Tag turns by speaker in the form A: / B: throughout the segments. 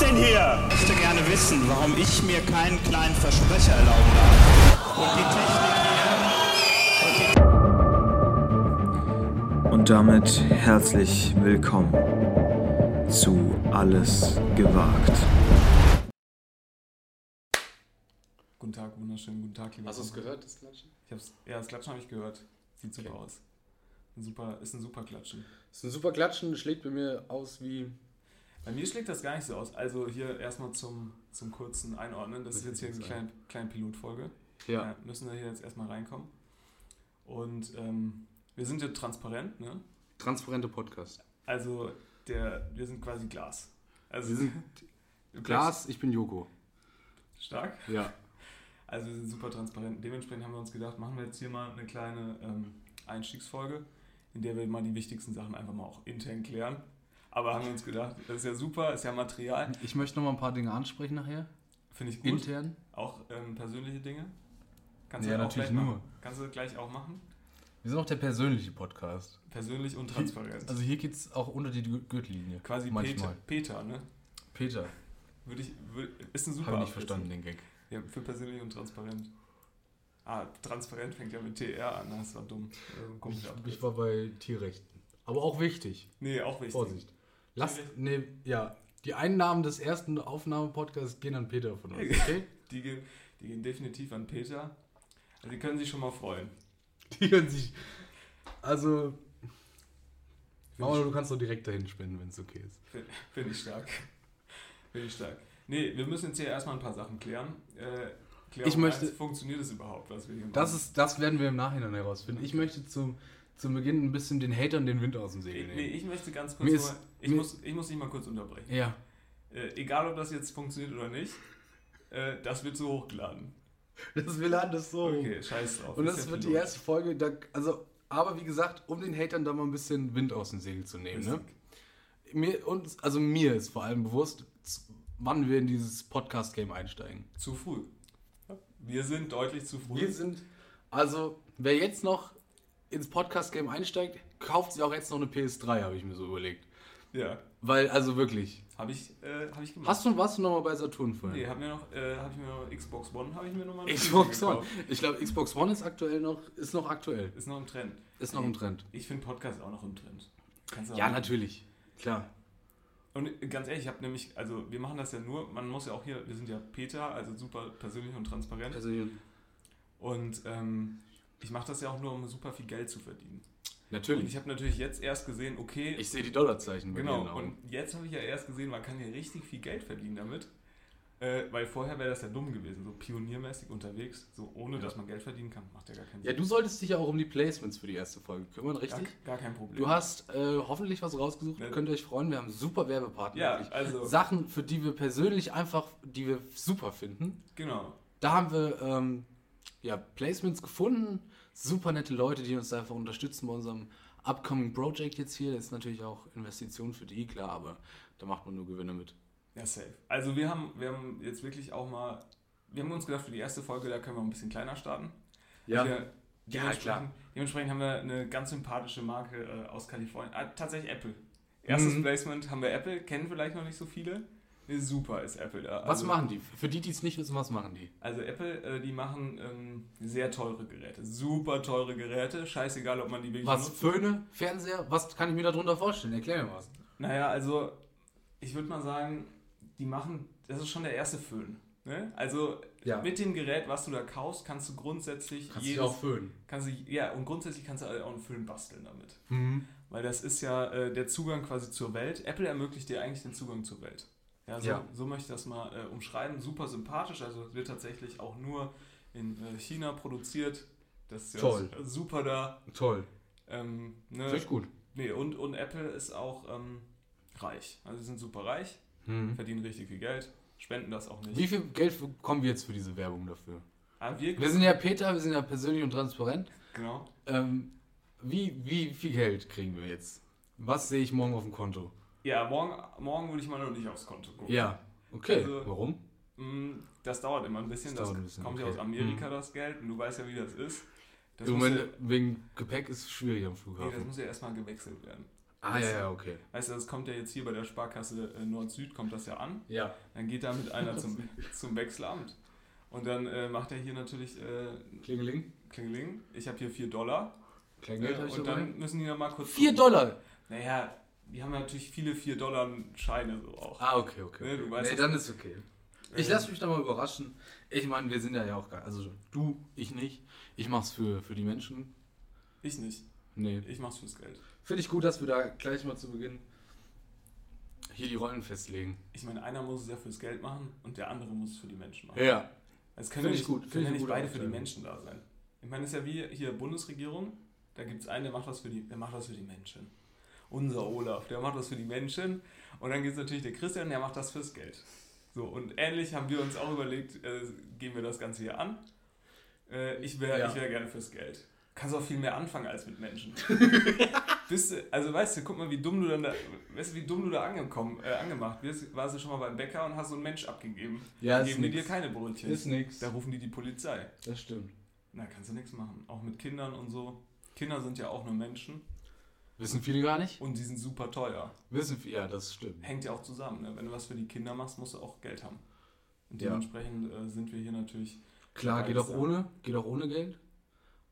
A: denn hier? Ich möchte gerne wissen, warum ich mir keinen kleinen Versprecher erlauben darf. Und die Technik hier.
B: Und damit herzlich willkommen zu Alles gewagt.
C: Guten Tag, wunderschönen guten Tag, lieber
D: Hast du es
C: Kumpel.
D: gehört, das Klatschen?
C: Ich hab's, ja, das Klatschen habe ich gehört. Sieht super aus. Ein super, ist ein super Klatschen.
D: Ist ein super Klatschen, schlägt bei mir aus wie.
C: Bei mir schlägt das gar nicht so aus. Also hier erstmal zum, zum kurzen Einordnen. Das ist jetzt hier eine kleine, kleine Pilotfolge. Ja, müssen wir hier jetzt erstmal reinkommen. Und ähm, wir sind hier transparent, ne?
D: Transparente Podcast.
C: Also der, wir sind quasi Glas. Also
D: Wir sind Glas, ich bin Joko.
C: Stark.
D: Ja.
C: Also wir sind super transparent. Dementsprechend haben wir uns gedacht, machen wir jetzt hier mal eine kleine ähm, Einstiegsfolge, in der wir mal die wichtigsten Sachen einfach mal auch intern klären. Aber haben wir uns gedacht, das ist ja super, ist ja Material,
E: Ich möchte noch mal ein paar Dinge ansprechen nachher.
C: finde ich gut.
E: Intern.
C: Auch ähm, persönliche Dinge. Kannst
E: Ja,
C: auch
E: natürlich
C: gleich
E: nur.
C: Machen. Kannst du gleich auch machen.
E: Wir sind auch der persönliche Podcast.
C: Persönlich und transparent.
E: Also hier geht's auch unter die Gü- Gürtellinie.
C: Quasi Peter,
E: manchmal.
C: Peter, ne?
E: Peter,
C: Würde ich, würde, ist ein super
E: habe ich nicht
C: Abkürzung.
E: verstanden, den Gag.
C: Ja, für persönlich und transparent. Ah, transparent fängt ja mit TR an, das war dumm. Also, komische Abkürzung.
E: war bei Tierrechten. Aber auch wichtig.
C: nee, auch wichtig.
E: Vorsicht. Lasst, ne, ja, die Einnahmen des ersten Aufnahmepodcasts gehen an Peter von uns, okay?
C: Die gehen, die gehen definitiv an Peter. Also die können sich schon mal freuen.
E: Die können sich. Also. Aber du kannst doch direkt dahin spenden, wenn es okay ist.
C: Finde ich stark. Finde ich stark. Nee, wir müssen jetzt hier erstmal ein paar Sachen klären. Äh, Klärung
E: Ich möchte-
C: eins, funktioniert es überhaupt, was wir hier machen?
E: Das, ist, das werden wir im Nachhinein herausfinden. Ich möchte zum, zum Beginn ein bisschen den Hatern den Wind aus dem Segel
C: nee,
E: nehmen.
C: ich möchte ganz kurz
E: Mir
C: mal,
E: ist-
C: ich
E: mir-
C: muss, ich muss dich mal kurz unterbrechen.
E: Ja.
C: Äh, egal, ob das jetzt funktioniert oder nicht, äh, das wird so hochgeladen.
E: Das wir laden das so. hoch.
C: Okay, scheiß drauf.
E: Oh. Und
C: Ist
E: das
C: ja
E: wird die
C: Pilot.
E: erste Folge, da, also, aber wie gesagt, um den Hatern da mal ein bisschen Wind aus dem Segel zu nehmen, ne? Mir, und, also mir ist vor allem bewusst, z- wann wir in dieses Podcast-Game einsteigen.
C: Zu früh. Wir sind deutlich zu früh.
E: Wir sind, also, wer jetzt noch ins Podcast-Game einsteigt, kauft sich auch jetzt noch eine PS3, habe ich mir so überlegt.
C: ja,
E: Weil, also wirklich.
C: habe ich, äh, hab ich gemacht.
E: Hast du, warst du nochmal bei Saturn
C: Nee,
E: vorhin?
C: hab mir noch, äh, hab ich mir noch Xbox One, habe ich mir nochmal
E: Xbox One. Ich glaube, Xbox One ist aktuell noch, ist noch aktuell.
C: Ist noch im Trend.
E: Ist noch im Trend.
C: Ich finde Podcast auch noch im Trend. Kannst du
E: Ja,
C: auch-
E: natürlich. Klar.
C: Und äh, ganz ehrlich, ich habe nämlich, also wir machen das ja nur, man muss ja auch hier, wir sind ja Peter, also super persönlich und transparent.
E: Also,
C: Und ähm, ich mache das ja auch nur, um super viel Geld zu verdienen. Und
E: natürlich.
C: ich habe natürlich jetzt erst gesehen, okay,
E: Ich sehe die Dollarzeichen bei
C: genau.
E: genau,
C: Und jetzt habe ich ja erst gesehen, man kann hier richtig viel Geld verdienen damit. Äh, weil vorher wäre das ja dumm gewesen, so pioniermäßig unterwegs, so ohne dass man Geld verdienen kann, macht ja gar keinen
E: Ja,
C: Sinn.
E: du solltest dich ja auch um die Placements für die erste Folge kümmern,
C: gar,
E: richtig?
C: gar kein Problem.
E: Du hast äh, hoffentlich was rausgesucht,
C: Ne.
E: könnt ihr euch freuen. Wir haben super Werbepartner.
C: Ja,
E: wirklich.
C: also-
E: Sachen, für die wir persönlich einfach, die wir super finden.
C: genau.
E: Da haben wir ähm, ja, Placements gefunden. Super nette Leute, die uns da einfach unterstützen bei unserem upcoming Project jetzt hier. Das ist natürlich auch Investition für die, klar, aber da macht man nur Gewinne mit.
C: Ja, safe. Also wir haben, wir haben jetzt wirklich auch mal, wir haben uns gedacht, für die erste Folge, da können wir ein bisschen kleiner starten.
E: Ja.
C: Wir,
E: Ja,
C: dementsprechend,
E: klar.
C: Dementsprechend haben wir eine ganz sympathische Marke äh, aus Kalifornien. Ah, tatsächlich Apple. Erstes
E: Mhm.
C: Placement haben wir Apple, kennen vielleicht noch nicht so viele. Super ist Apple da.
E: Was
C: also,
E: machen die? Für die, die es nicht wissen, was machen die?
C: Also Apple, äh, die machen ähm, sehr teure Geräte, super teure Geräte. Scheißegal, ob man die wirklich
E: Was?
C: nutzt.
E: Föhne? Fernseher? Was kann ich mir darunter vorstellen? Erklär mir was.
C: Naja, also ich würde mal sagen, die machen, das ist schon der erste Föhn. Ne? Also
E: Ja.
C: mit dem Gerät, was du da kaufst, kannst du grundsätzlich
E: Kannst dich
C: jedes,
E: auch föhnen.
C: kannst du, ja und grundsätzlich kannst du auch einen Föhn basteln damit,
E: Mhm.
C: weil das ist ja äh, der Zugang quasi zur Welt. Apple ermöglicht dir eigentlich den Zugang zur Welt. Ja, so,
E: Ja.
C: so möchte ich das mal äh, umschreiben. Super sympathisch, also es wird tatsächlich auch nur in äh, China produziert. Das ist ja
E: Toll.
C: su- super da.
E: Toll.
C: Ähm, ne?
E: Finde ich gut.
C: Nee, und, und Apple ist auch ähm, reich. Also sie sind super reich, verdienen richtig viel Geld, spenden das auch nicht.
E: Hm. Wie viel Geld bekommen wir jetzt für diese Werbung dafür?
C: Ah, wir,
E: Wir sind ja Peter, wir sind ja persönlich und transparent.
C: genau.
E: Ähm, wie, wie viel Geld kriegen wir jetzt? Was sehe ich morgen auf dem Konto?
C: Ja, morgen, morgen würde ich mal noch nicht aufs Konto gucken.
E: Ja. Okay.
C: Also-
E: Warum?
C: Mm, Das dauert immer ein bisschen.
E: Das
C: Das,
E: dauert ein bisschen,
C: kommt ja
E: okay. Mhm.
C: aus Amerika, das Geld. Und du weißt ja, wie das ist. Das
E: Im
C: muss
E: Moment
C: ja,
E: wegen Gepäck ist es schwierig am
C: nee, das
E: Flughafen.
C: muss ja erstmal gewechselt werden.
E: Ah, ja, ja, okay.
C: Weißt du, das kommt ja jetzt hier bei der Sparkasse äh, Nord-Süd, kommt das ja an.
E: Ja.
C: Dann geht da mit einer zum, zum Wechselamt. Und dann äh, macht er hier natürlich äh,
E: Klingeling.
C: Klingeling. Ich habe hier 4 Dollar.
E: Kleingeld
C: äh,
E: habe ich
C: und
E: dabei.
C: dann müssen die nochmal kurz.
E: 4 Dollar!
C: Naja, die haben natürlich viele 4-Dollar-Scheine so auch.
E: Ah, okay, okay.
C: Nee,
E: okay.
C: du
E: Nee,
C: weißt das-
E: dann ist okay. Ich
C: Äh.
E: lasse mich da mal überraschen. Ich meine, wir sind ja ja auch geil. Also du, ich nicht. Ich mach's für, für die Menschen.
C: Ich nicht.
E: Nee.
C: Ich mach's fürs Geld.
E: Finde ich gut, dass wir da gleich mal zu Beginn hier die Rollen festlegen.
C: Ich meine, einer muss es ja fürs Geld machen und der andere muss es für die Menschen machen.
E: Ja.
C: Es können ja
E: Finde ich
C: nicht,
E: gut,
C: können
E: finde ich
C: ja
E: eine
C: nicht
E: gute
C: beide für die
E: Aufteilung.
C: Menschen da sein. Ich meine, es ist ja wie hier Bundesregierung, da gibt es einen, der macht was für die, der macht was für die Menschen. Unser Olaf, der macht was für die Menschen. Und dann gibt es natürlich den Christian, der macht das fürs Geld. So, und ähnlich haben wir uns auch überlegt, äh, gehen wir das Ganze hier an. Äh, ich wäre
E: Ja.
C: ich wär gerne fürs Geld. Kannst auch viel mehr anfangen als mit Menschen. Bist du, also weißt du, guck mal, wie dumm du dann da, weißt du, wie dumm du da angekommen, äh, angemacht wirst. Warst du schon mal beim Bäcker und hast so einen Mensch abgegeben.
E: Ja,
C: Dann
E: ist
C: geben die dir
E: nix.
C: keine Brötchen.
E: Ist nix.
C: Da rufen die die Polizei.
E: Das stimmt.
C: Na, kannst du nichts machen. Auch mit Kindern und so. Kinder sind ja auch nur Menschen
E: Wissen viele gar nicht?
C: und die sind super teuer.
E: Wissen viele, ja, das stimmt.
C: Hängt ja auch zusammen. Ne? Wenn du was für die Kinder machst, musst du auch Geld haben. Und
E: Ja.
C: dementsprechend äh, sind wir hier natürlich.
E: Klar, geht auch
C: Ja.
E: ohne, geht auch ohne Geld.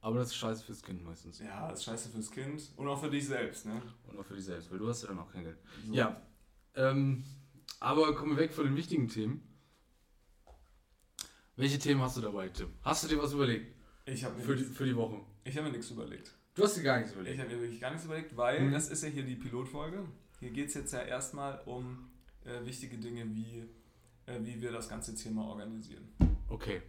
E: Aber das ist scheiße fürs Kind meistens.
C: Ja, ist scheiße fürs Kind und auch für dich selbst. Ne?
E: Und auch für dich selbst, weil du hast ja dann auch kein Geld.
C: So.
E: Ja. Ähm, aber kommen wir weg von den wichtigen Themen. Welche Themen hast du dabei, Tim? Hast du dir was überlegt
C: Ich habe mir,
E: für die,
C: nichts-
E: für die Woche?
C: ich hab mir nichts überlegt.
E: Du hast dir gar nichts
C: Ich
E: überlegt.
C: habe mir wirklich gar nichts überlegt, weil
E: Mhm.
C: das ist ja hier die Pilotfolge. Hier geht es jetzt ja erstmal um äh, wichtige Dinge, wie, äh, wie wir das Ganze jetzt hier mal organisieren.
E: Okay.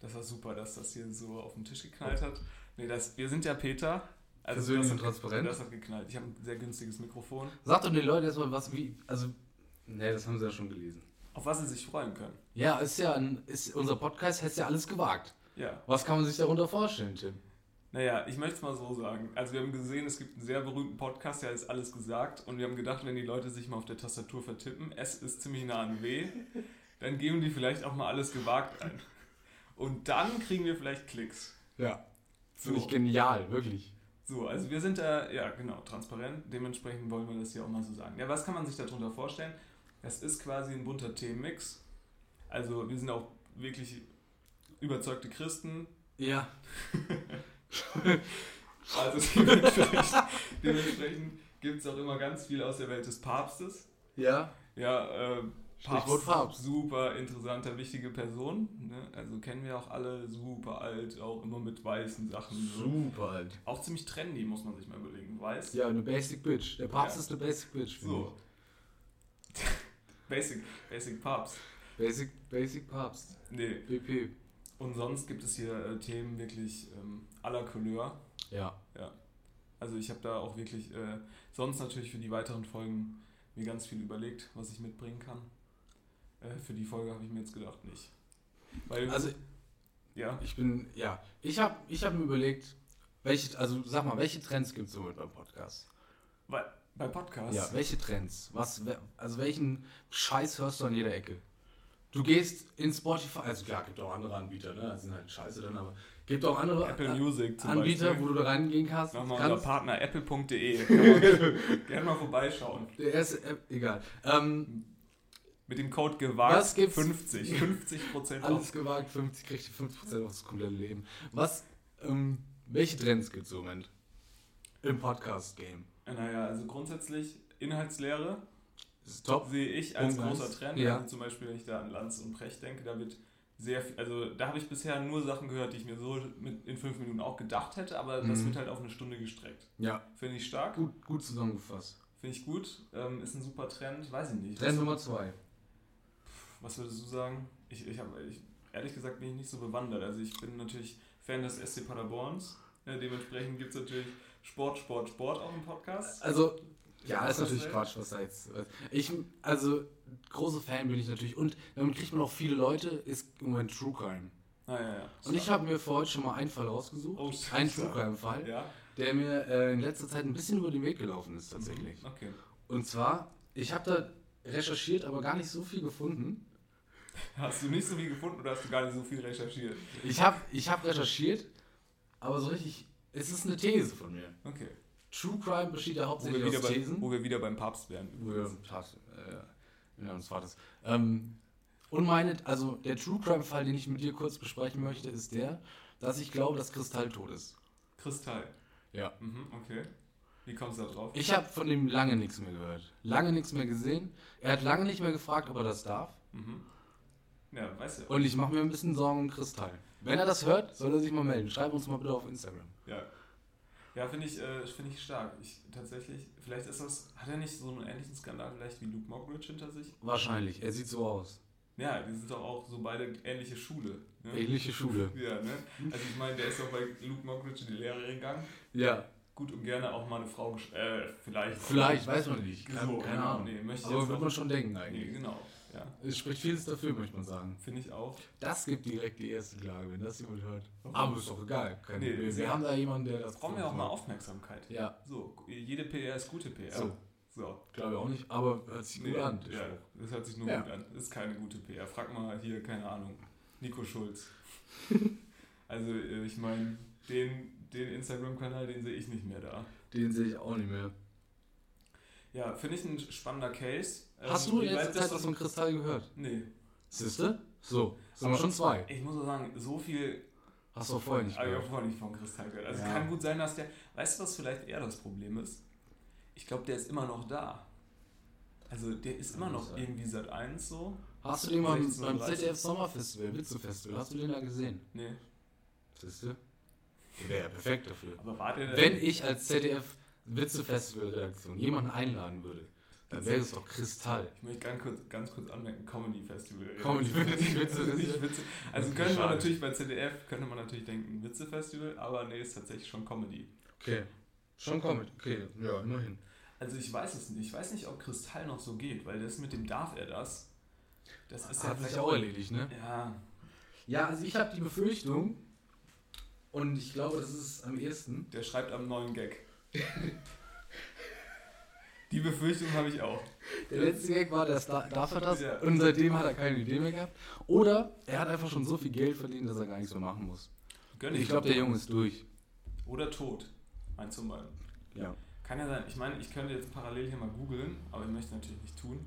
C: Das war super, dass das hier so auf den Tisch geknallt hat. Nee, das, wir sind ja Peter. Also
E: Persönlich
C: das hat
E: und
C: ge-
E: transparent.
C: Das hat geknallt. Ich habe ein sehr günstiges Mikrofon,
E: Sag doch den Leuten erstmal, was wie. Also, ne, das haben sie ja schon gelesen.
C: auf was sie sich freuen können.
E: Ja, ist ja ein, ist unser Podcast hätte ja alles gewagt.
C: Ja,
E: Was kann man sich darunter vorstellen, Tim?
C: naja, ich möchte es mal so sagen. Also wir haben gesehen, es gibt einen sehr berühmten Podcast, der ist alles gesagt. Und wir haben gedacht, wenn die Leute sich mal auf der Tastatur vertippen, S ist ziemlich nah an W, dann geben die vielleicht auch mal alles gewagt ein. Und dann kriegen wir vielleicht Klicks.
E: Ja.
C: So.
E: Finde ich genial, wirklich.
C: So, also wir sind da, ja genau, transparent. Dementsprechend wollen wir das hier auch mal so sagen. Ja, was kann man sich darunter vorstellen? Das ist quasi ein bunter Themenmix. Also wir sind auch wirklich überzeugte Christen.
E: Ja.
C: Also dementsprechend, dementsprechend gibt es auch immer ganz viel aus der Welt des Papstes.
E: Ja.
C: Ja, äh,
E: Stichwort Papst.
C: super interessante, wichtige Person. Ne? Also kennen wir auch alle, super alt, auch immer mit weißen Sachen. So.
E: Super halt.
C: Auch ziemlich trendy, muss man sich mal überlegen. Weiß,
E: Ja, eine Basic Bitch. Der Papst
C: Ja.
E: ist eine Basic Bitch. finde
C: So.
E: Mhm.
C: Basic, Basic Papst.
E: ich. Basic, Basic Papst.
C: Nee.
E: BP.
C: Und sonst gibt es hier äh, Themen wirklich ähm, aller Couleur.
E: Ja.
C: Also ich habe da auch wirklich äh, sonst natürlich für die weiteren Folgen mir ganz viel überlegt, was ich mitbringen kann. Äh, für die Folge habe ich mir jetzt gedacht, nicht. Weil,
E: Also,
C: ja,
E: ich bin, ja. Ich habe ich hab mir überlegt, welche, also sag mal, welche Trends gibt es so mit beim Podcast?
C: bei, bei Podcasts.
E: Ja, welche Trends? Was, we- also welchen Scheiß hörst du an jeder Ecke? Du gehst in Spotify, also klar, gibt auch andere Anbieter, ne? Das sind halt scheiße dann, aber gibt auch andere
C: Apple
E: A-
C: Music zum
E: Anbieter,
C: Beispiel.
E: wo du da reingehen kannst.
C: Nochmal unser
E: kannst.
C: Partner apple.de. Kann man Gerne mal vorbeischauen.
E: Der erste, App, egal. Ähm,
C: Mit dem Code gewagt
E: Was gibt's? Also
C: 50. 50 Prozent
E: alles gewagt, 50 kriegt ihr 5% aufs komplette Leben. Was, ähm, welche Trends gibt es im Moment? Im Podcast-Game.
C: Naja, also grundsätzlich Inhaltslehre
E: Ist top.
C: sehe ich als
E: Ungeist.
C: großer Trend.
E: Ja.
C: Also zum Beispiel, wenn ich da an Lanz und Precht denke, da wird sehr viel, also da habe ich bisher nur Sachen gehört, die ich mir so mit in fünf Minuten auch gedacht hätte, aber das
E: Mhm.
C: wird halt auf eine Stunde gestreckt.
E: Ja,
C: Finde ich stark,
E: gut, gut zusammengefasst.
C: finde ich gut, ähm, ist ein super Trend, weiß ich nicht.
E: Trend
C: was,
E: Nummer 2.
C: was würdest du sagen? Ich, ich habe, ich, ehrlich gesagt, bin ich nicht so bewandert. Also ich bin natürlich Fan des SC Paderborns. Ja, dementsprechend gibt es natürlich Sport, Sport, Sport auch im Podcast.
E: Also, ja, ist
C: Was
E: natürlich
C: denn?
E: Quatsch, was da jetzt. Ich, also, großer Fan bin ich natürlich. Und damit kriegt man auch viele Leute, ist im Moment True Crime.
C: Ah, ja, ja.
E: Und ich habe mir für heute schon mal einen Fall rausgesucht.
C: Oh, scheiße.
E: einen True Crime-Fall,
C: Ja,
E: der mir äh, in letzter Zeit ein bisschen über den Weg gelaufen ist, tatsächlich.
C: okay.
E: Und zwar, ich habe da recherchiert, aber gar nicht so viel gefunden.
C: Hast du nicht so viel gefunden oder hast du gar nicht so viel recherchiert?
E: Ich habe ich hab recherchiert, aber so richtig. Es ist eine These von mir.
C: Okay.
E: True Crime besteht ja
C: Wo wir,
E: hauptsächlich
C: wieder
E: aus
C: bei,
E: Thesen.
C: wo wir wieder beim Papst wären.
E: Brühe, Tat, äh, ja, des Vaters. Ähm, und meine, also der True Crime-Fall, den ich mit dir kurz besprechen möchte, ist der, dass ich glaube, dass Kristall tot ist.
C: Kristall.
E: Ja.
C: Mhm, okay. Wie kommst du da drauf?
E: Ich habe von dem lange nichts mehr gehört. Lange nichts mehr gesehen. Er hat lange nicht mehr gefragt, ob er das darf.
C: Mhm. Ja, weißt du.
E: Und ich mache mir ein bisschen Sorgen um Kristall. Wenn er das hört, soll er sich mal melden. Schreib uns mal bitte auf Instagram.
C: Ja. Ja, finde ich, äh, finde ich stark. Ich tatsächlich, vielleicht ist das, hat er nicht so einen ähnlichen Skandal vielleicht wie Luke Mockridge hinter sich?
E: Wahrscheinlich. Er sieht so aus.
C: Ja, die sind doch auch so beide ähnliche Schule. Ne?
E: Ähnliche Schule.
C: Ja, ne? Also ich meine, der ist doch bei Luke Mockridge in die Lehre gegangen.
E: Ja.
C: Gut und gerne auch mal eine Frau, gesch- äh, vielleicht.
E: Vielleicht, weiß man nicht. Keine,
C: So,
E: keine Ahnung.
C: nee, möchte ich
E: Aber
C: jetzt
E: würde
C: auch-
E: man schon denken
C: Nee,
E: eigentlich.
C: genau. Ja,
E: Es spricht vieles dafür, möchte man sagen.
C: finde ich auch.
E: Das gibt direkt die erste Klage, wenn das jemand hört. Aber ist doch egal. Kein
C: Nee,
E: Problem.
C: ist
E: Wir
C: ja-
E: haben da jemanden, der das.
C: Brauchen wir auch mal Aufmerksamkeit.
E: Ja,
C: So, jede PR ist gute PR.
E: So.
C: So.
E: glaube ich auch nicht, aber hört sich
C: Nee,
E: gut an. der
C: ja,
E: Spruch.
C: das hört sich nur
E: Ja.
C: gut an. Das ist keine gute PR. Frag mal hier, keine Ahnung, Nico Schulz. also, äh, ich meine, den, den Instagram-Kanal, den sehe ich nicht mehr da.
E: Den sehe ich auch nicht mehr.
C: Ja, finde ich ein spannender Case.
E: Hast
C: Ähm,
E: du
C: wie
E: in letzter
C: bleibt
E: Zeit
C: das
E: was von Kristall gehört?
C: Nee,
E: Siehste? So, sind wir
C: Aber-
E: schon zwei.
C: ich muss auch sagen, so viel
E: Hast du auch vorher nicht
C: habe ich auch
E: gehört.
C: Ah, vorher nicht von Kristall gehört. Also,
E: Ja.
C: es kann gut sein, dass der. Weißt du, was vielleicht eher das Problem ist? Ich glaube, der ist immer noch da. Also, der ist
E: Kann
C: immer
E: gut
C: noch
E: sein.
C: irgendwie seit 1 so.
E: Hast du den mal beim-
C: 16:30?
E: beim ZDF Sommerfestival, Witzefestival, hast du den da gesehen?
C: Nee.
E: Siehste? Der wäre ja perfekt dafür.
C: Aber war der denn-
E: Wenn ich als ZDF Witzefestival-Redaktion jemanden einladen würde, dann wäre es doch Kristall.
C: Ich möchte ganz kurz, ganz kurz anmerken, Comedy Festival.
E: Comedy Festival.
C: Witze, nicht Witze. Also
E: Okay,
C: könnte man
E: schade.
C: natürlich bei ZDF, könnte man natürlich denken, Witze Festival, aber nee, ist tatsächlich schon Comedy.
E: Okay. Schon Comet, okay, ja, immerhin.
C: Also ich weiß es nicht. Ich weiß nicht, ob Kristall noch so geht, weil das mit dem darf er das. Das ist
E: Das hat
C: ja
E: sich auch erledigt, ne?
C: Ja,
E: Ja, also ich habe die Befürchtung, und ich glaube, das ist am ehesten.
C: der schreibt am neuen Gag. Die Befürchtung habe ich auch.
E: Der letzte Gag war, dass da, darf er das
C: Ja.
E: und seitdem hat er keine Idee mehr gehabt. Oder er hat einfach schon so viel Geld verdient, dass er gar nichts mehr machen muss.
C: Gönn
E: Ich glaube, der Junge ist durch.
C: Oder tot. Ein zum Beispiel.
E: Ja.
C: Kann ja sein. Ich meine, ich könnte jetzt parallel hier mal googeln, aber ich möchte natürlich nicht tun,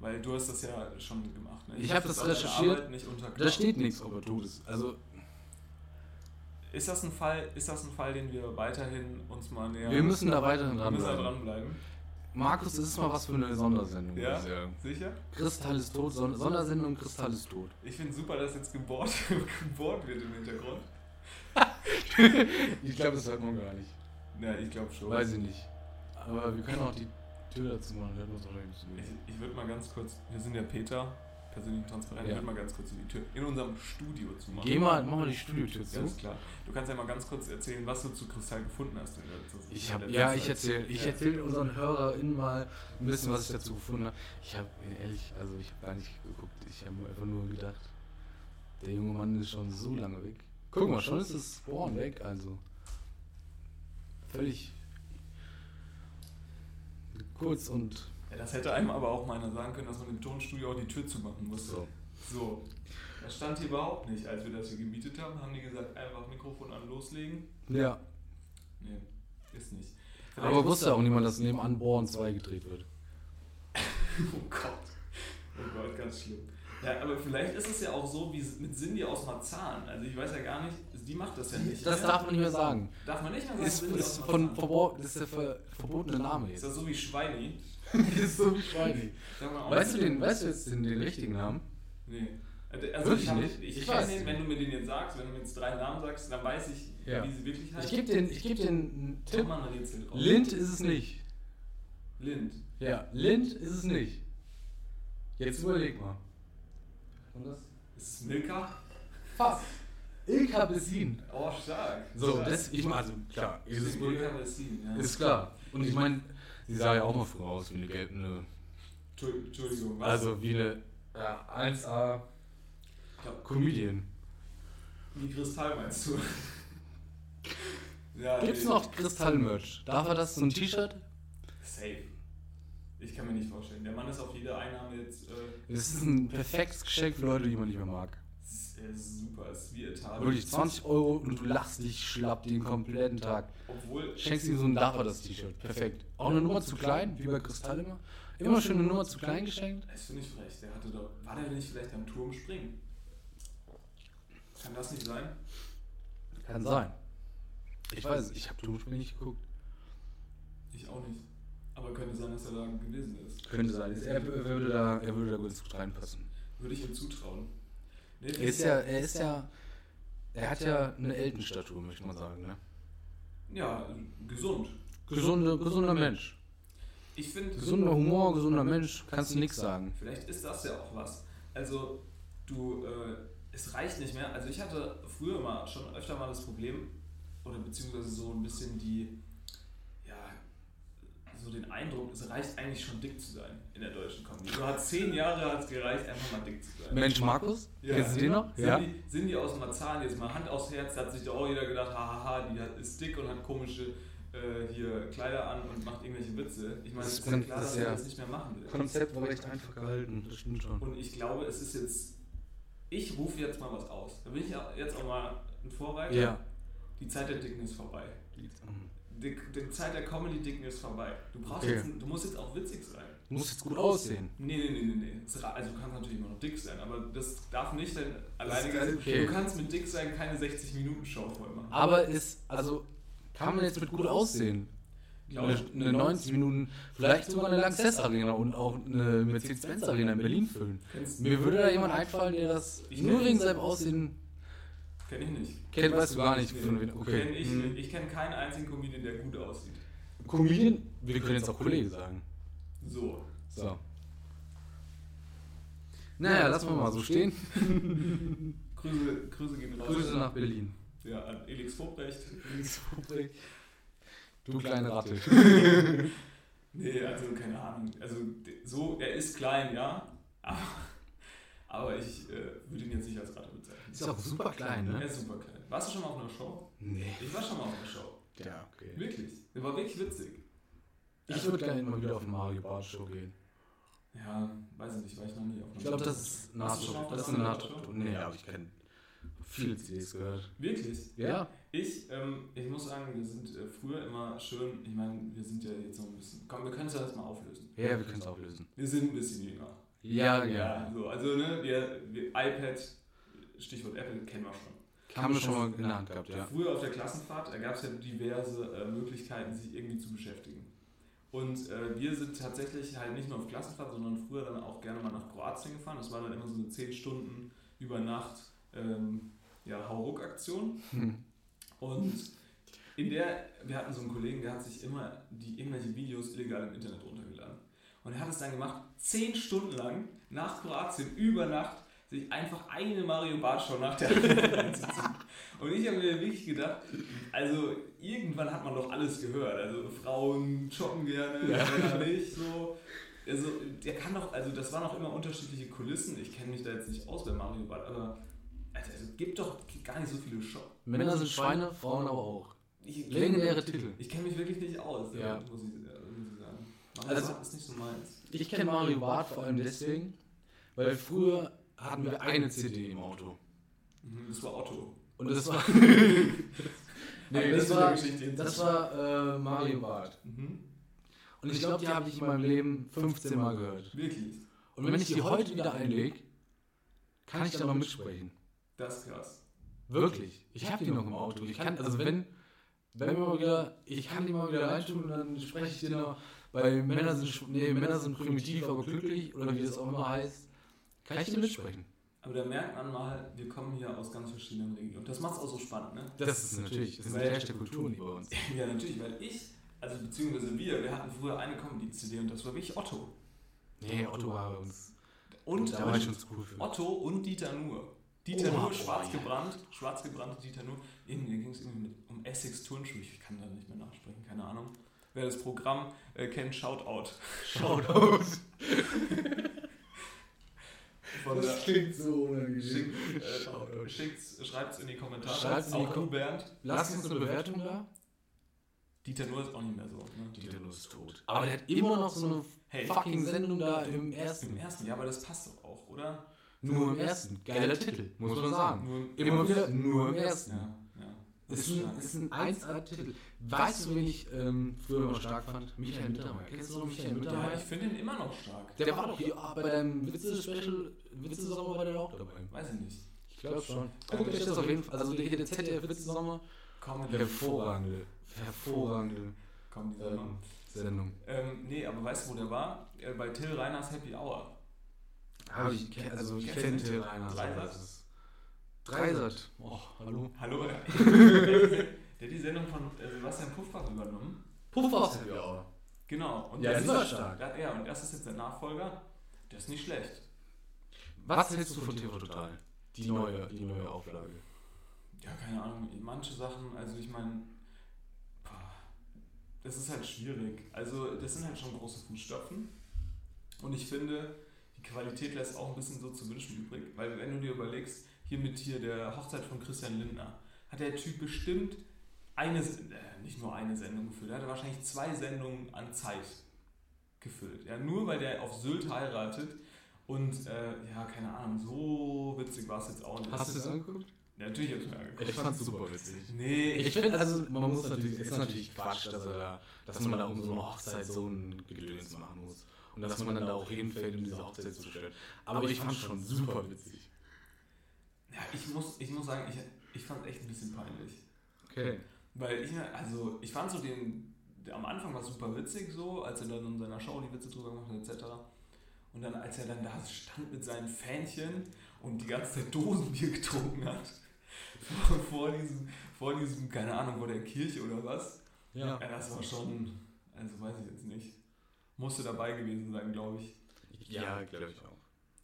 C: weil du hast das ja schon gemacht. Ne?
E: Ich
C: hab
E: hab das
C: auf deiner
E: recherchiert.
C: Arbeit nicht
E: Da
C: untergebracht.
E: steht nichts, ob er tot ist. Also,
C: Ist das ein Fall? Ist das ein Fall, den wir weiterhin uns mal näher?
E: wir müssen da weiterhin
C: wir müssen da
E: dranbleiben.
C: dranbleiben.
E: Markus, das ist mal was für eine Sondersendung.
C: Ja?
E: muss ich sagen.
C: Sicher?
E: Kristall ist tot, Son Sondersendung Kristall ist tot.
C: Ich finde super, dass jetzt gebohrt, gebohrt wird im Hintergrund.
E: Ich glaube, das hört man gar nicht.
C: Ja, ich glaube schon.
E: Weiß ich nicht. Aber wir können auch die Tür dazu machen, hört uns wahrscheinlich nicht.
C: Ich, ich würde mal ganz kurz. Wir sind ja Peter, persönlich transparent. Ich
E: Ja.
C: würde mal ganz kurz die Tür in unserem Studio zu machen.
E: Geh mal, mach mal die Studiotür
C: Ja,
E: zu.
C: ist klar. Du kannst ja mal ganz kurz erzählen, was du zu Kristall gefunden hast. in der letzten-
E: Ich hab,
C: in der
E: ja,
C: letzten
E: ich erzähle ich
C: Ja.
E: erzähl unseren HörerInnen mal ein bisschen, was ich dazu gefunden habe. Ich habe, ehrlich, also ich habe gar nicht geguckt. Ich habe einfach nur gedacht, der junge Mann ist schon so lange weg. Guck mal, schon ist das Born weg, also. Völlig kurz und
C: Ja, das hätte einem aber auch meiner sagen können, dass man im Tonstudio auch die Tür zumachen musste. So.
E: so.
C: Das stand hier überhaupt nicht. Als wir das hier gemietet haben, haben die gesagt, einfach Mikrofon an, loslegen.
E: Ja,
C: Nee, ist nicht. Vielleicht-
E: aber wusste auch niemand, dass nebenan Born 2 gedreht wird.
C: Oh Gott. Oh Gott, ganz schlimm. Ja, aber vielleicht ist es ja auch so wie mit Cindy aus Marzahn. Also ich weiß ja gar nicht, die macht das ja nicht.
E: Das
C: mehr.
E: darf man nicht mehr sagen.
C: darf man nicht mehr sagen.
E: Ist,
C: Cindy
E: ist,
C: aus
E: von,
C: Marzahn.
E: verbor- das ist der ver verbotene Name
C: Ist
E: jetzt.
C: das so wie Schweini?
E: Das ist so wie Schweini.
C: Sag mal auch-
E: Weißt du, den, weißt du jetzt den, den richtigen Namen?
C: Nee. Also
E: Wirklich
C: ich hab,
E: nicht?
C: Ich,
E: Ich
C: kenn
E: weiß
C: den,
E: nicht.
C: wenn du mir den jetzt sagst, wenn du mir jetzt drei Namen sagst, dann weiß ich,
E: Ja.
C: wie sie wirklich heißt.
E: Ich gebe den, ich geb den einen
C: Tipp
E: Tipp.
C: mal ein Rätsel drauf.
E: Lind ist es nicht.
C: Lind.
E: Ja, Lind ist es nicht. Jetzt überleg mal. Und das?
C: Ist es Milka?
E: Fast. Ilka Bessin.
C: Oh, stark.
E: So,
C: stark.
E: das, ich meine, also klar, ist es
C: Milka
E: wohl.
C: Bessin, ja.
E: Ist klar. Und ich meine, sie sah ja auch mal früher aus wie eine gelbe. eine-
C: Entschuldigung, Entschuldigung, was?
E: Also wie eine ja, 1A
C: Ja.
E: Comedian.
C: Wie Kristall meinst du? ja,
E: Gibt's
C: nee.
E: noch Kristallmerch? Darf er das so ein T-Shirt?
C: Safe. Ich kann mir nicht vorstellen. Der Mann ist auf jede Einnahme jetzt. Äh,
E: Das ist ein perfektes Geschenk für Leute, die man nicht mehr mag.
C: s- ist äh, super, ist wie Etage.
E: Wirklich 20 Euro und du lachst dich schlapp den kompletten Tag.
C: Obwohl,
E: Schenkst ihm so ein Dapper das T-Shirt. Perfekt. Auch eine Nummer zu klein, wie bei Kristall immer. Immer schön eine Nummer zu klein geschenkt.
C: Das finde ich frech. Der hatte doch. War der nicht vielleicht am Turm springen? Kann das nicht sein?
E: Kann sein. Ich weiß, ich habe Turmspringen nicht geguckt.
C: Ich auch nicht. Aber könnte sein, dass er da gewesen ist.
E: Könnte sein. Er würde da, er würde da ganz gut reinpassen.
C: Würde ich ihm zutrauen. Nee,
E: Er ist ja, er ist ja, er hat ja eine Eltenstatue, möchte man sagen, ne?
C: Ja, gesund.
E: Gesunde, gesunder Mensch.
C: Ich finde,
E: Gesunder Humor, gesunder Mensch, kannst du nichts sagen.
C: Vielleicht ist das ja auch was. Also, du, äh, es reicht nicht mehr. Also, ich hatte früher mal schon öfter mal das Problem, oder beziehungsweise so ein bisschen die, ja, so den Eindruck, es reicht eigentlich schon dick zu sein in der deutschen Comedy. So hat zehn Jahre hat es gereicht, einfach mal dick zu sein.
E: Mensch Markus,
C: Ja.
E: kennst du den noch?
C: Sind, die, sind die aus Marzahn jetzt mal Hand aufs Herz, da hat sich doch auch jeder gedacht, hahaha, die hat, ist dick und hat komische äh, hier Kleider an und macht irgendwelche Witze. Ich meine,
E: Das
C: es ist ja
E: bringt-
C: klar,
E: das
C: dass
E: ist
C: er
E: ja-
C: das nicht mehr machen will.
E: Konzept war recht einfach gehalten, das stimmt schon.
C: Und ich glaube, es ist jetzt. Ich rufe jetzt mal was aus. Da bin ich ja jetzt auch mal ein Vorreiter.
E: Ja.
C: Die Zeit der Dicken ist vorbei. Die, die Zeit der Comedy-Dicken ist vorbei. Du brauchst
E: Okay.
C: jetzt, du musst jetzt auch witzig sein.
E: Du musst jetzt gut aussehen.
C: Nee, nee, nee, nee, nee. Es ra- Also du kannst natürlich immer noch dick sein, aber das darf nicht dein alleiniger
E: ist- okay.
C: Du kannst mit dick sein keine 60-Minuten-Show voll machen.
E: Aber ist, also, kann man jetzt mit gut aussehen?
C: Glaub
E: Eine,
C: ich.
E: eine 90 Minuten, vielleicht sogar eine Lanxess Arena und auch eine Mercedes-Benz Arena in Berlin füllen.
C: Kennst-
E: Mir würde da jemand einfallen, der das
C: Ich
E: nur
C: kenn-
E: wegen seinem Aussehen
C: Kenn ich nicht.
E: kennt, weißt du gar nicht.
C: Nee.
E: Von wen.
C: Kenn
E: Okay.
C: ich
E: Hm.
C: nicht. ich kenne keinen einzigen Comedian, der gut aussieht.
E: Comedian, wir können jetzt auch Kollege sagen.
C: So.
E: So. Naja, lassen wir mal so stehen.
C: Grüße, Grüße gehen raus.
E: Grüße nach Berlin.
C: Ja, an Elix Vobrecht.
E: Du kleine Ratte.
C: Nee, also keine Ahnung. Also d- so, er ist klein, ja. Aber, aber ich äh, würde ihn jetzt nicht als Ratte bezeichnen.
E: Ist auch super klein,
C: Er
E: ne?
C: ist super klein. Warst du schon mal auf einer Show?
E: Nee.
C: Ich war schon mal auf einer Show.
E: Ja, okay.
C: Wirklich. Der war wirklich witzig.
E: Ich würde gerne mal wieder auf eine Mario Bart Show gehen.
C: Ja, weiß ich nicht, war ich noch nie auf einer
E: Ich glaube,
C: Show.
E: das ist
C: Hast du schon
E: Nahtschrift.
C: mal
E: Das ist
C: von
E: eine
C: der
E: Nahtschrift.
C: Nahtschrift?
E: Nee, aber ich kenne viele CDs gehört.
C: Wirklich?
E: Ja.
C: Ich, ähm, ich muss sagen, wir sind äh, früher immer schön, ich meine, wir sind ja jetzt so ein bisschen, komm, wir können es ja jetzt mal auflösen.
E: Ja, wir können es auflösen.
C: Wir sind ein bisschen jünger.
E: Ja,
C: Ja, so, also ne, wir, wir, iPad, Stichwort Apple, kennen wir schon.
E: Haben wir schon mal in der Hand gehabt, ja.
C: Früher auf der Klassenfahrt, da gab es ja diverse äh, Möglichkeiten, sich irgendwie zu beschäftigen. Und äh, wir sind tatsächlich halt nicht nur auf Klassenfahrt, sondern früher dann auch gerne mal nach Kroatien gefahren. Das war dann immer so eine 10 Stunden über Nacht ähm, ja, Hauruck-Aktion. Und in der, wir hatten so einen Kollegen, der hat sich immer die irgendwelche Videos illegal im Internet runtergeladen. Und er hat es dann gemacht, 10 Stunden lang nach Kroatien über Nacht sich einfach eine Mario Barth Show nach der anderen reinzuziehen. Und ich habe mir wirklich gedacht, also irgendwann hat man doch alles gehört. Also Frauen shoppen gerne, Männer nicht so. Also der kann doch, also das waren auch immer unterschiedliche Kulissen. Ich kenne mich da jetzt nicht aus bei Mario Barth, aber also, es gibt doch gar nicht so viele Shops.
E: Männer sind Schweine, Frauen aber auch.
C: Ich-
E: Legendäre Titel.
C: Ich kenne mich wirklich nicht aus,
E: Ja.
C: muss, ich, äh, muss ich sagen. Mario
E: Also-
C: Barth ist nicht so meins.
E: Ich kenne Mario Barth vor allem deswegen, weil früher hatten wir eine CD im Auto.
C: Mhm, Das war Otto.
E: Und das war.
C: Nee,
E: nee,
C: das
E: das
C: ist eine
E: war,
C: Geschichte.
E: das war äh, Mario Barth.
C: Mhm,
E: Und ich glaube, die habe ich in meinem Leben 15 Mal gehört.
C: Wirklich.
E: Und wenn ich die heute wieder einlege, kann ich da noch mitsprechen.
C: Das ist krass.
E: Wirklich. Ich habe die noch im Auto. Ich kann, also wenn, wenn wir mal wieder, ich kann die mal wieder reintun und dann spreche ich dir noch, weil Männer sind, sch- nee, Männer sind primitiv, aber glücklich oder wie das auch immer heißt, kann ich dir mitsprechen.
C: Aber da merkt man mal, wir kommen hier aus ganz verschiedenen Regionen. Und das macht es auch so spannend, ne?
E: Das ist natürlich, das sind die herrschte Kulturen hier bei uns.
C: Ja, natürlich, weil ich, also beziehungsweise wir, wir hatten früher eine Comedy-CD und das war wirklich Otto.
E: Nee, Otto war bei uns.
C: Und
E: da war ich schon zu cool für.
C: Otto und Dieter Nuhr. Dieter
E: Oh,
C: Nuhr,
E: oh,
C: schwarz
E: ja.
C: gebrannt, schwarz gebrannte Dieter Nuhr. Irgendwie ging es irgendwie mit, um Essex Turnschuhe. Ich kann da nicht mehr nachsprechen, keine Ahnung. Wer das Programm äh, kennt, Shoutout. Shoutout. Von der,
E: klingt so unangenehm.
C: schick, äh, schickt's, schreibt's in die Kommentare.
E: Schreibt's in die
C: auch
E: Kom-
C: du, Bernd.
E: Lass uns eine Bewertung da.
C: Dieter Nuhr ist auch nicht mehr so. Ne?
E: Dieter Nuhr ist tot. Aber der hat immer noch so eine
C: Hey.
E: fucking Sendung da im ersten.
C: Im ersten, ja, aber das passt doch auch, oder?
E: Nur im ersten. Geiler Titel, muss man sagen.
C: Nur,
E: Immer wieder nur im
C: ja,
E: ersten.
C: ja.
E: Ist ein, ist ein 1A-Titel. Weißt du, wen ich ähm, früher immer stark fand? Michael Mittermeier. Kennst du noch Michael
C: ja
E: Mittermeier?
C: ich finde ihn immer noch stark.
E: Der, war doch hier ah, bei deinem Witze-Special, Witze-Sommer war der doch auch dabei.
C: Weiß ich nicht.
E: Ich glaube schon. Guckt euch das auf jeden Fall. Also der hier der ZDF-Witze-Sommer.
C: Comedy.
E: Hervorragende, hervorragende
C: Comedy
E: ähm,
C: Sendung.
E: Sendung.
C: Ähm, nee, aber weißt du, wo der war? Äh, bei Till Reiners Happy Hour.
E: Hab ich, ke- also ich
C: Kennst
E: kenne
C: du
E: Till
C: den?
E: Reiners.
C: Dreisat.
E: Dreisat. Oh, hallo.
C: Hallo. der hat die Sendung von äh, Sebastian Puffbach übernommen.
E: Puffers haben wir auch.
C: Genau. Und
E: Ja,
C: das
E: der war stark.
C: Ja, ja, und das ist jetzt der Nachfolger. Der ist nicht schlecht.
E: Was hältst du von TV Total? Die neue, die neue Auflage.
C: Ja, keine Ahnung. Manche Sachen, also ich meine, boah, das ist halt schwierig. Also das sind halt schon große Fußstapfen. Und ich finde, die Qualität lässt auch ein bisschen so zu wünschen übrig. Weil wenn du dir überlegst, hier mit hier der Hochzeit von Christian Lindner, hat der Typ bestimmt eine, S- äh, nicht nur eine Sendung gefüllt, er hat wahrscheinlich zwei Sendungen an Zeit gefüllt. Ja, nur weil der auf Sylt heiratet und äh, ja, keine Ahnung, so witzig war es jetzt auch nicht.
E: Hast du es angeguckt?
C: Ja, natürlich habe ich mir angeguckt.
E: Ich fand's super witzig.
C: Nee,
E: Ich,
C: ich,
E: finde, also man muss natürlich, ist natürlich Quatsch, dass, er da, dass man da um so eine Hochzeit so ein Gedöns machen muss. Und dass man dann da auch hinfällt, um diese Hochzeit zu stören. Aber ich fand's schon super witzig.
C: ja, ich, muss, ich muss sagen, ich, ich fand es echt ein bisschen peinlich.
E: Okay.
C: Weil ich, also ich fand so den, der, am Anfang war es super witzig so, als er dann in seiner Show die Witze drüber gemacht hat, etc. Und dann, als er dann da stand mit seinen Fähnchen und die ganze Zeit Dosenbier getrunken hat, vor, vor, diesem, vor diesem, keine Ahnung, vor der Kirche oder was,
E: Ja.
C: ja, das war schon, also weiß ich jetzt nicht. Musste dabei gewesen sein, glaube ich.
E: Ja, glaube ich auch.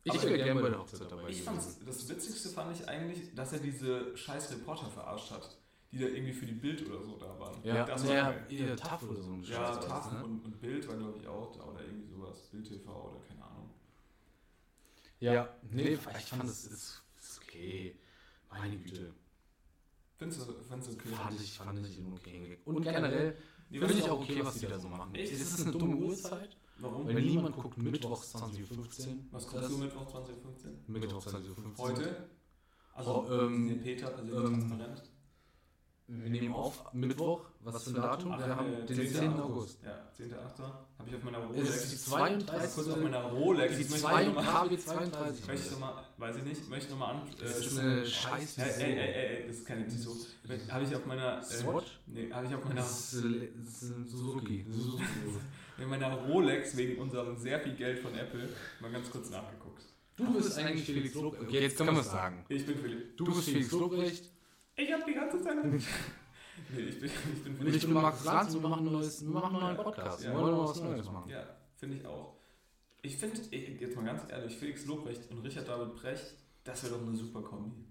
D: Ich
E: Aber
D: wäre gerne bei der Hochzeit dabei
C: Ich
D: gewesen.
C: fand's, das Witzigste fand ich eigentlich, dass er diese scheiß Reporter verarscht hat, die da irgendwie für die Bild oder so da waren.
E: Ja,
C: das war
E: ja,
C: geil.
E: ja, TAF oder so ein
C: ja
E: Scheiß,
C: Tassen
E: ne?
C: und, und Bild war, glaube ich, auch da oder irgendwie sowas. Bild TV oder keine Ahnung.
E: Ja, nee, ich fand es ist, ist okay. Meine Güte.
C: Findest du, findest du okay?
E: Fand ich, fand ich einen okayen Gag. Und generell finde ich auch okay, was die da so machen.
C: Echt?
E: Ist es eine dumme Uhrzeit?
C: Warum?
E: Weil niemand guckt mittwochs 20.15 Uhr.
C: was guckst du Mittwoch 2015?
E: Mittwochs 20.15 Uhr.
C: Heute? Also,
E: Oh, ähm,
C: den Peter persönlich
E: ähm,
C: transparent.
E: Wir nehmen auf Mittwoch. Was für ein Datum?
C: Ach,
E: Wir
C: äh,
E: haben den 10. August.
C: Ja, 10.8. Habe ich auf meiner
E: Es ist die
C: Rolex. Kurz auf
E: 32.
C: meiner Rolex.
E: Die
C: Ich möchte ich noch mal-
E: 2
C: Möchte ich
E: 32.
C: nochmal, weiß ich nicht, möchte ich nochmal an.
E: Das
C: äh,
E: ist eine scheiß
C: Ey, ey, ey, ey, ey, das ist keine Tiso. Habe ich auf meiner. Äh,
E: Swatch?
C: nee, habe ich auf meiner,
E: Das ist eine das ist eine Suzuki. Suzuki.
C: in meiner Rolex wegen unserem sehr viel Geld von Apple mal ganz kurz nachgeguckt.
E: Du bist eigentlich Felix Lobrecht. Okay, jetzt kann man es sagen.
C: Ich bin Philipp.
E: Du bist Felix Lobrecht.
C: Ich habe die ganze Zeit. nee, ich bin, ich bin
E: Und ich
C: Philipp.
E: bin Max Lanz und wir machen, ein neues, wir machen einen neuen Podcast. Wir wollen mal was Neues machen.
C: Ja, finde ich auch. Ich finde, ich- jetzt mal ganz ehrlich, Felix Lobrecht und Richard David Brecht, das wäre doch eine super Kombi.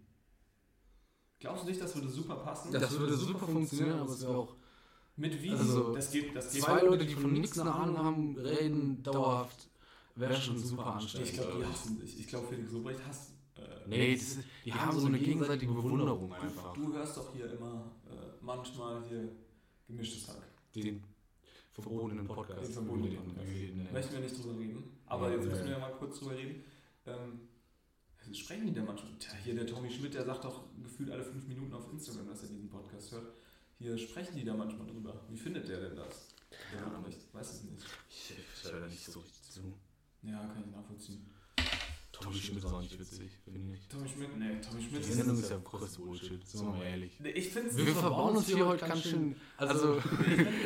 C: Glaubst du nicht, das würde super passen?
E: Das würde super funktionieren, aber es wäre auch
C: Mit Video.
E: also,
C: das geht, das geht.
E: zwei Leute, die von nichts eine Ahnung haben, reden dauerhaft. Wäre schon super
C: Ich
E: anstrengend.
C: glaube, die hassen dich. Ich glaube, Felix Lobrecht hasst. Äh,
E: Nee, das, ist- die haben so eine gegenseitige Bewunderung einfach.
C: Du hörst doch hier immer äh, manchmal hier gemischtes Hack.
E: Den verbotenen Podcast.
C: Den verbotenen
E: Den-
C: Podcast.
E: den- den-
C: Möchten wir nicht drüber reden, aber
E: Nee,
C: jetzt
E: nee.
C: müssen wir ja mal kurz drüber reden. Ähm, sprechen die da manchmal? Tja, hier der Tommy Schmidt, der sagt doch gefühlt alle fünf Minuten auf Instagram, dass er diesen Podcast hört. Hier sprechen die da manchmal drüber. Wie findet der denn das? Der
E: Keine
C: Lobrecht, weiß es nicht.
E: Ich ich höre da nicht so richtig zu.
C: Ja, kann ich nachvollziehen.
E: Tommy Schmidt ist auch nicht witzig, finde ich.
C: Tommy Schmidt, nee, Tommy
E: Die
C: Schmidt ist.
E: Sendung ist ja größtes Bullshit, sind wir mal ehrlich.
C: Nee, ich finde
E: Wir verbauen uns hier heute ganz schön. Also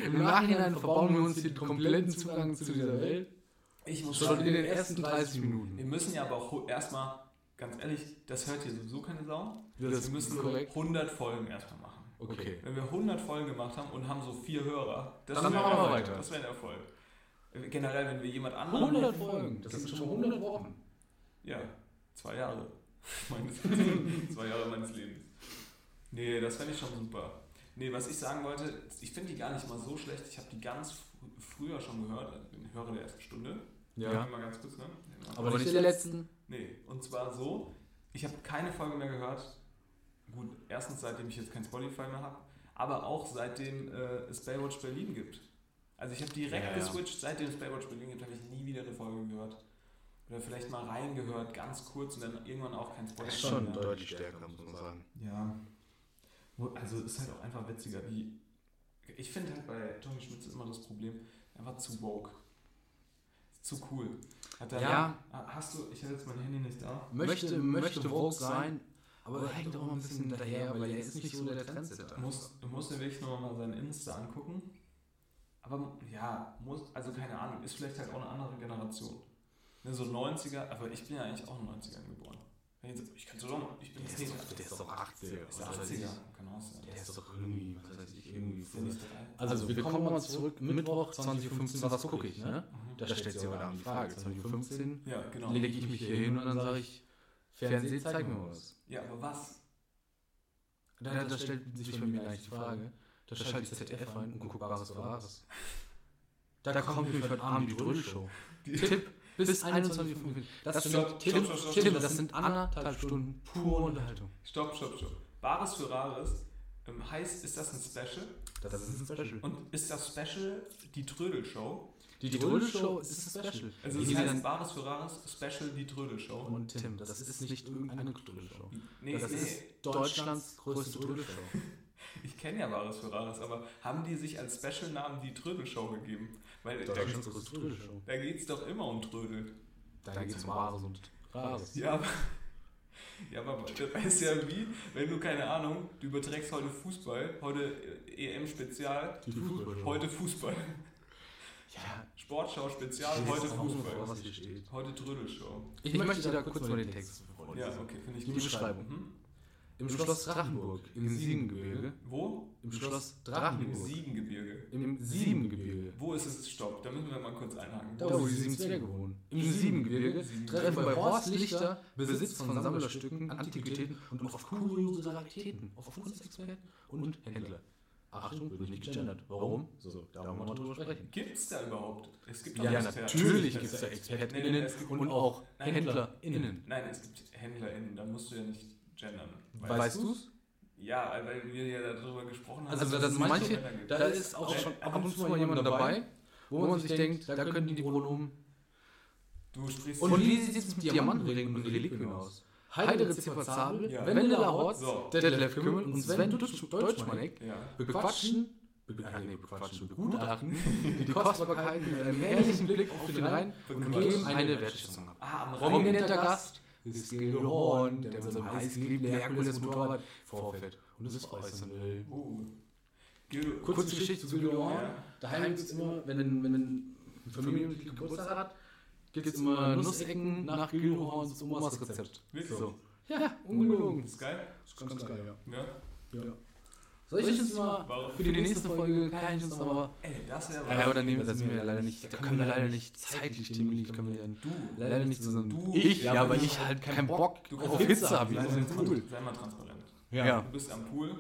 E: im Nachhinein verbauen wir uns hier den kompletten Zugang zu dieser Welt.
C: Ich muss
E: Schon
C: sagen,
E: in den ersten 30
C: wir
E: Minuten.
C: müssen ja aber auch ho- erstmal, ganz ehrlich, das hört hier sowieso keine Sau.
E: Das
C: wir müssen 100 Folgen erstmal machen.
E: Okay.
C: Wenn wir 100 Folgen gemacht haben und haben so vier Hörer, das
E: Dann
C: wär
E: machen
C: ein
E: wir
C: Erfolg.
E: weiter.
C: Das wäre ein Erfolg. Äh, Generell, wenn wir jemand anderen.
E: 100 Folgen, das sind schon mal 100 Wochen.
C: Ja, zwei Jahre. meines Lebens. zwei Jahre meines Lebens. Nee, das fände ich schon super. Nee, was ich sagen wollte, ich finde die gar nicht mal so schlecht. Ich habe die ganz fr- früher schon gehört, also ich bin Hörer der ersten Stunde. Hör Mal ganz kurz, ne?
E: Aber nicht der letzten.
C: Nee, und zwar so, ich habe keine Folge mehr gehört. Gut, erstens seitdem ich jetzt kein Spotify mehr habe, aber auch seitdem äh, es Baywatch Berlin gibt. Also ich habe direkt
E: Ja, ja.
C: geswitcht, seitdem es Baywatch Berlin gibt, habe ich nie wieder eine Folge gehört. Und oder vielleicht mal reingehört, ganz kurz und dann irgendwann auch kein Spoiler.
D: Das ist schon
C: mehr.
D: deutlich stärker, muss man sagen.
C: Ja. Wo- Also es ist halt auch einfach witziger, wie. Ich finde halt bei Tommy Schmitz immer das Problem, er war zu woke. Zu cool. Hat er
E: Ja.
C: Ah, Hast du, ich habe jetzt mein Handy nicht da.
E: Möchte, möchte Vogue sein, aber er hängt auch mal ein bisschen hinterher, weil er ist nicht so der Trendsetter.
C: Muss, du musst dir wirklich nochmal sein Insta angucken. Aber ja, muss, also keine Ahnung, ist vielleicht halt auch eine andere Generation. Ne, so 90er, aber ich bin ja eigentlich auch in den 90ern geboren. Wenn Ich, jetzt- ich könnte doch mal, ich bin jetzt nicht-
E: der ist doch 80.
C: ist der 80er, kann auch sein.
E: Der ist doch irgendwie, was weiß ich, irgendwie.
C: Ist der nicht dabei?
E: Also, wir kommen mal zurück, Mittwoch 2015, was gucke ich, ne?
C: Mhm.
E: Da stellt sich aber dann die Frage, 2015
C: Ja, genau.
E: lege ich mich hier hin und dann sage ich, Fernsehen, zeig mir was.
C: Ja, aber was?
E: Da, da stellt sich bei mir gleich die Frage, da schalte ich ZDF ein und gucke Bares für Wahres. Da, kommt nämlich heute Abend die Drödelshow. Tipp, bis 21.45 Uhr. Das,
C: Stopp,
E: sind-
C: stopp,
E: Tim,
C: stopp, stopp,
E: Tim,
C: stopp.
E: das sind anderthalb Stunden pure Unterhaltung.
C: Stopp, stopp, stopp. Bares für Rares ähm, heißt, ist das ein Special?
E: Das ist ein Special.
C: Und ist das Special die Trödelshow?
E: Die, die Drödelshow ist ein Special.
C: Also
E: Die
C: es
E: nehmen
C: heißt
E: dann-
C: Bares für Rares, Special die Trödelshow.
E: und Tim, das ist nicht irgendeine Drödelshow.
C: Nee,
E: das
C: nee,
E: ist Deutschlands größte Drödelshow.
C: ich kenne ja Bares für Rares, aber haben die sich als Special-Namen die Trödelshow gegeben? Weil da,
E: Deutschlands größte Drödelshow.
C: da geht es doch immer um Trödel.
E: Da geht es um Wahres und Rares.
C: Ja, aber, ja, aber das ist ja wie, wenn du, keine Ahnung, du überträgst heute Fußball, heute äh, EM-Spezial,
E: Die Fußballshow.
C: heute Fußball.
E: Ja,
C: Sportschau-Spezial, heute
E: Lest doch mal vor,
C: Fußball.
E: was hier steht.
C: Heute Trödelshow.
E: Ich, möchte da kurz mal den Text
C: Ja,
E: vorlesen.
C: okay, finde ich
E: Die
C: gut.
E: Beschreibung.
C: Mhm.
E: Im Schloss Drachenburg, im Siebengebirge,
C: Wo?
E: im Schloss
C: Im
E: Drachenburg,
C: Siebengebirge.
E: im Siebengebirge,
C: Wo ist es? Stopp, da müssen wir mal kurz einhaken.
E: da wo die sieben Zwerge wohnen, im Siebengebirge treffen bei Horst Lichter Besitz von Sammlerstücken, Antiquitäten und oft kuriose Raritäten auf Kunstexperten und Händler. Achtung, wird nicht gegendert. Warum? So, da wollen wir mal drüber sprechen.
C: Gibt es da überhaupt? Es gibt
E: Ja,
C: doch Experten.
E: natürlich gibt es da ExpertInnen
C: es gibt-
E: und auch
C: Nein,
E: HändlerInnen.
C: Nein, es gibt HändlerInnen, da musst du ja nicht gendern. Weil-
E: Weißt du's?
C: Ja, weil wir ja darüber gesprochen haben.
E: Also,
C: dass
E: da
C: es
E: sind
C: nicht
E: manche,
C: um Männer geht.
E: da ist auch schon ab und zu mal jemand dabei, wo man sich denkt, da könnten die Pronomen
C: Du sprichst
E: Und wie sieht es mit Diamantenringen und Reliquien aus? Heidere Zipperzabel,
C: Ja.
E: Wendela Horz,
C: So.
E: Detlef Kümmel und Sven Dutsch- Deutschmanek
C: Ja.
E: bequatschen, be- ah, nee, bequatschen, begutachten die Kostbarkeiten mit einem herrlichen Blick auf den Rhein und
C: Bequatschen.
E: geben eine Wertschätzung ab.
C: Ah, am Rhein.
E: Prominenter Gast ist Gildo Horn, der mit seinem heißgeliebten Herkules-Motorrad vorfährt und es äußern will.
C: Uh. Gildo-
E: Kurze Geschichte zu Gildo Horn.
C: Ja.
E: Daheim gibt es immer, wenn, wenn, wenn ein Familienmitglied Geburtstag hat, gibt es immer Nussecken nach Gildohorns Omas Rezept.
C: Wirklich?
E: So. Ja, ungelogen.
C: Ist geil?
D: Das ist ganz geil, ja.
C: Ja.
E: Soll ich uns mal
C: Warum?
E: für die nächste Folge, kann ich uns aber...
C: Ey, das wäre
E: Ja, aber dann nehmen wir das mir leider nicht, da können wir leider nicht zeitlich, dem liegt, können wir ja
C: Du,
E: leider nicht zusammen.
C: Du-
E: Ich, ja, weil ich halt keinen Bock
C: Du kannst
E: auf
C: Pizza
E: Pizza
C: sei,
E: habe.
C: mal
E: Ich,
C: trans- sei mal transparent.
E: ja.
C: Du bist am Pool.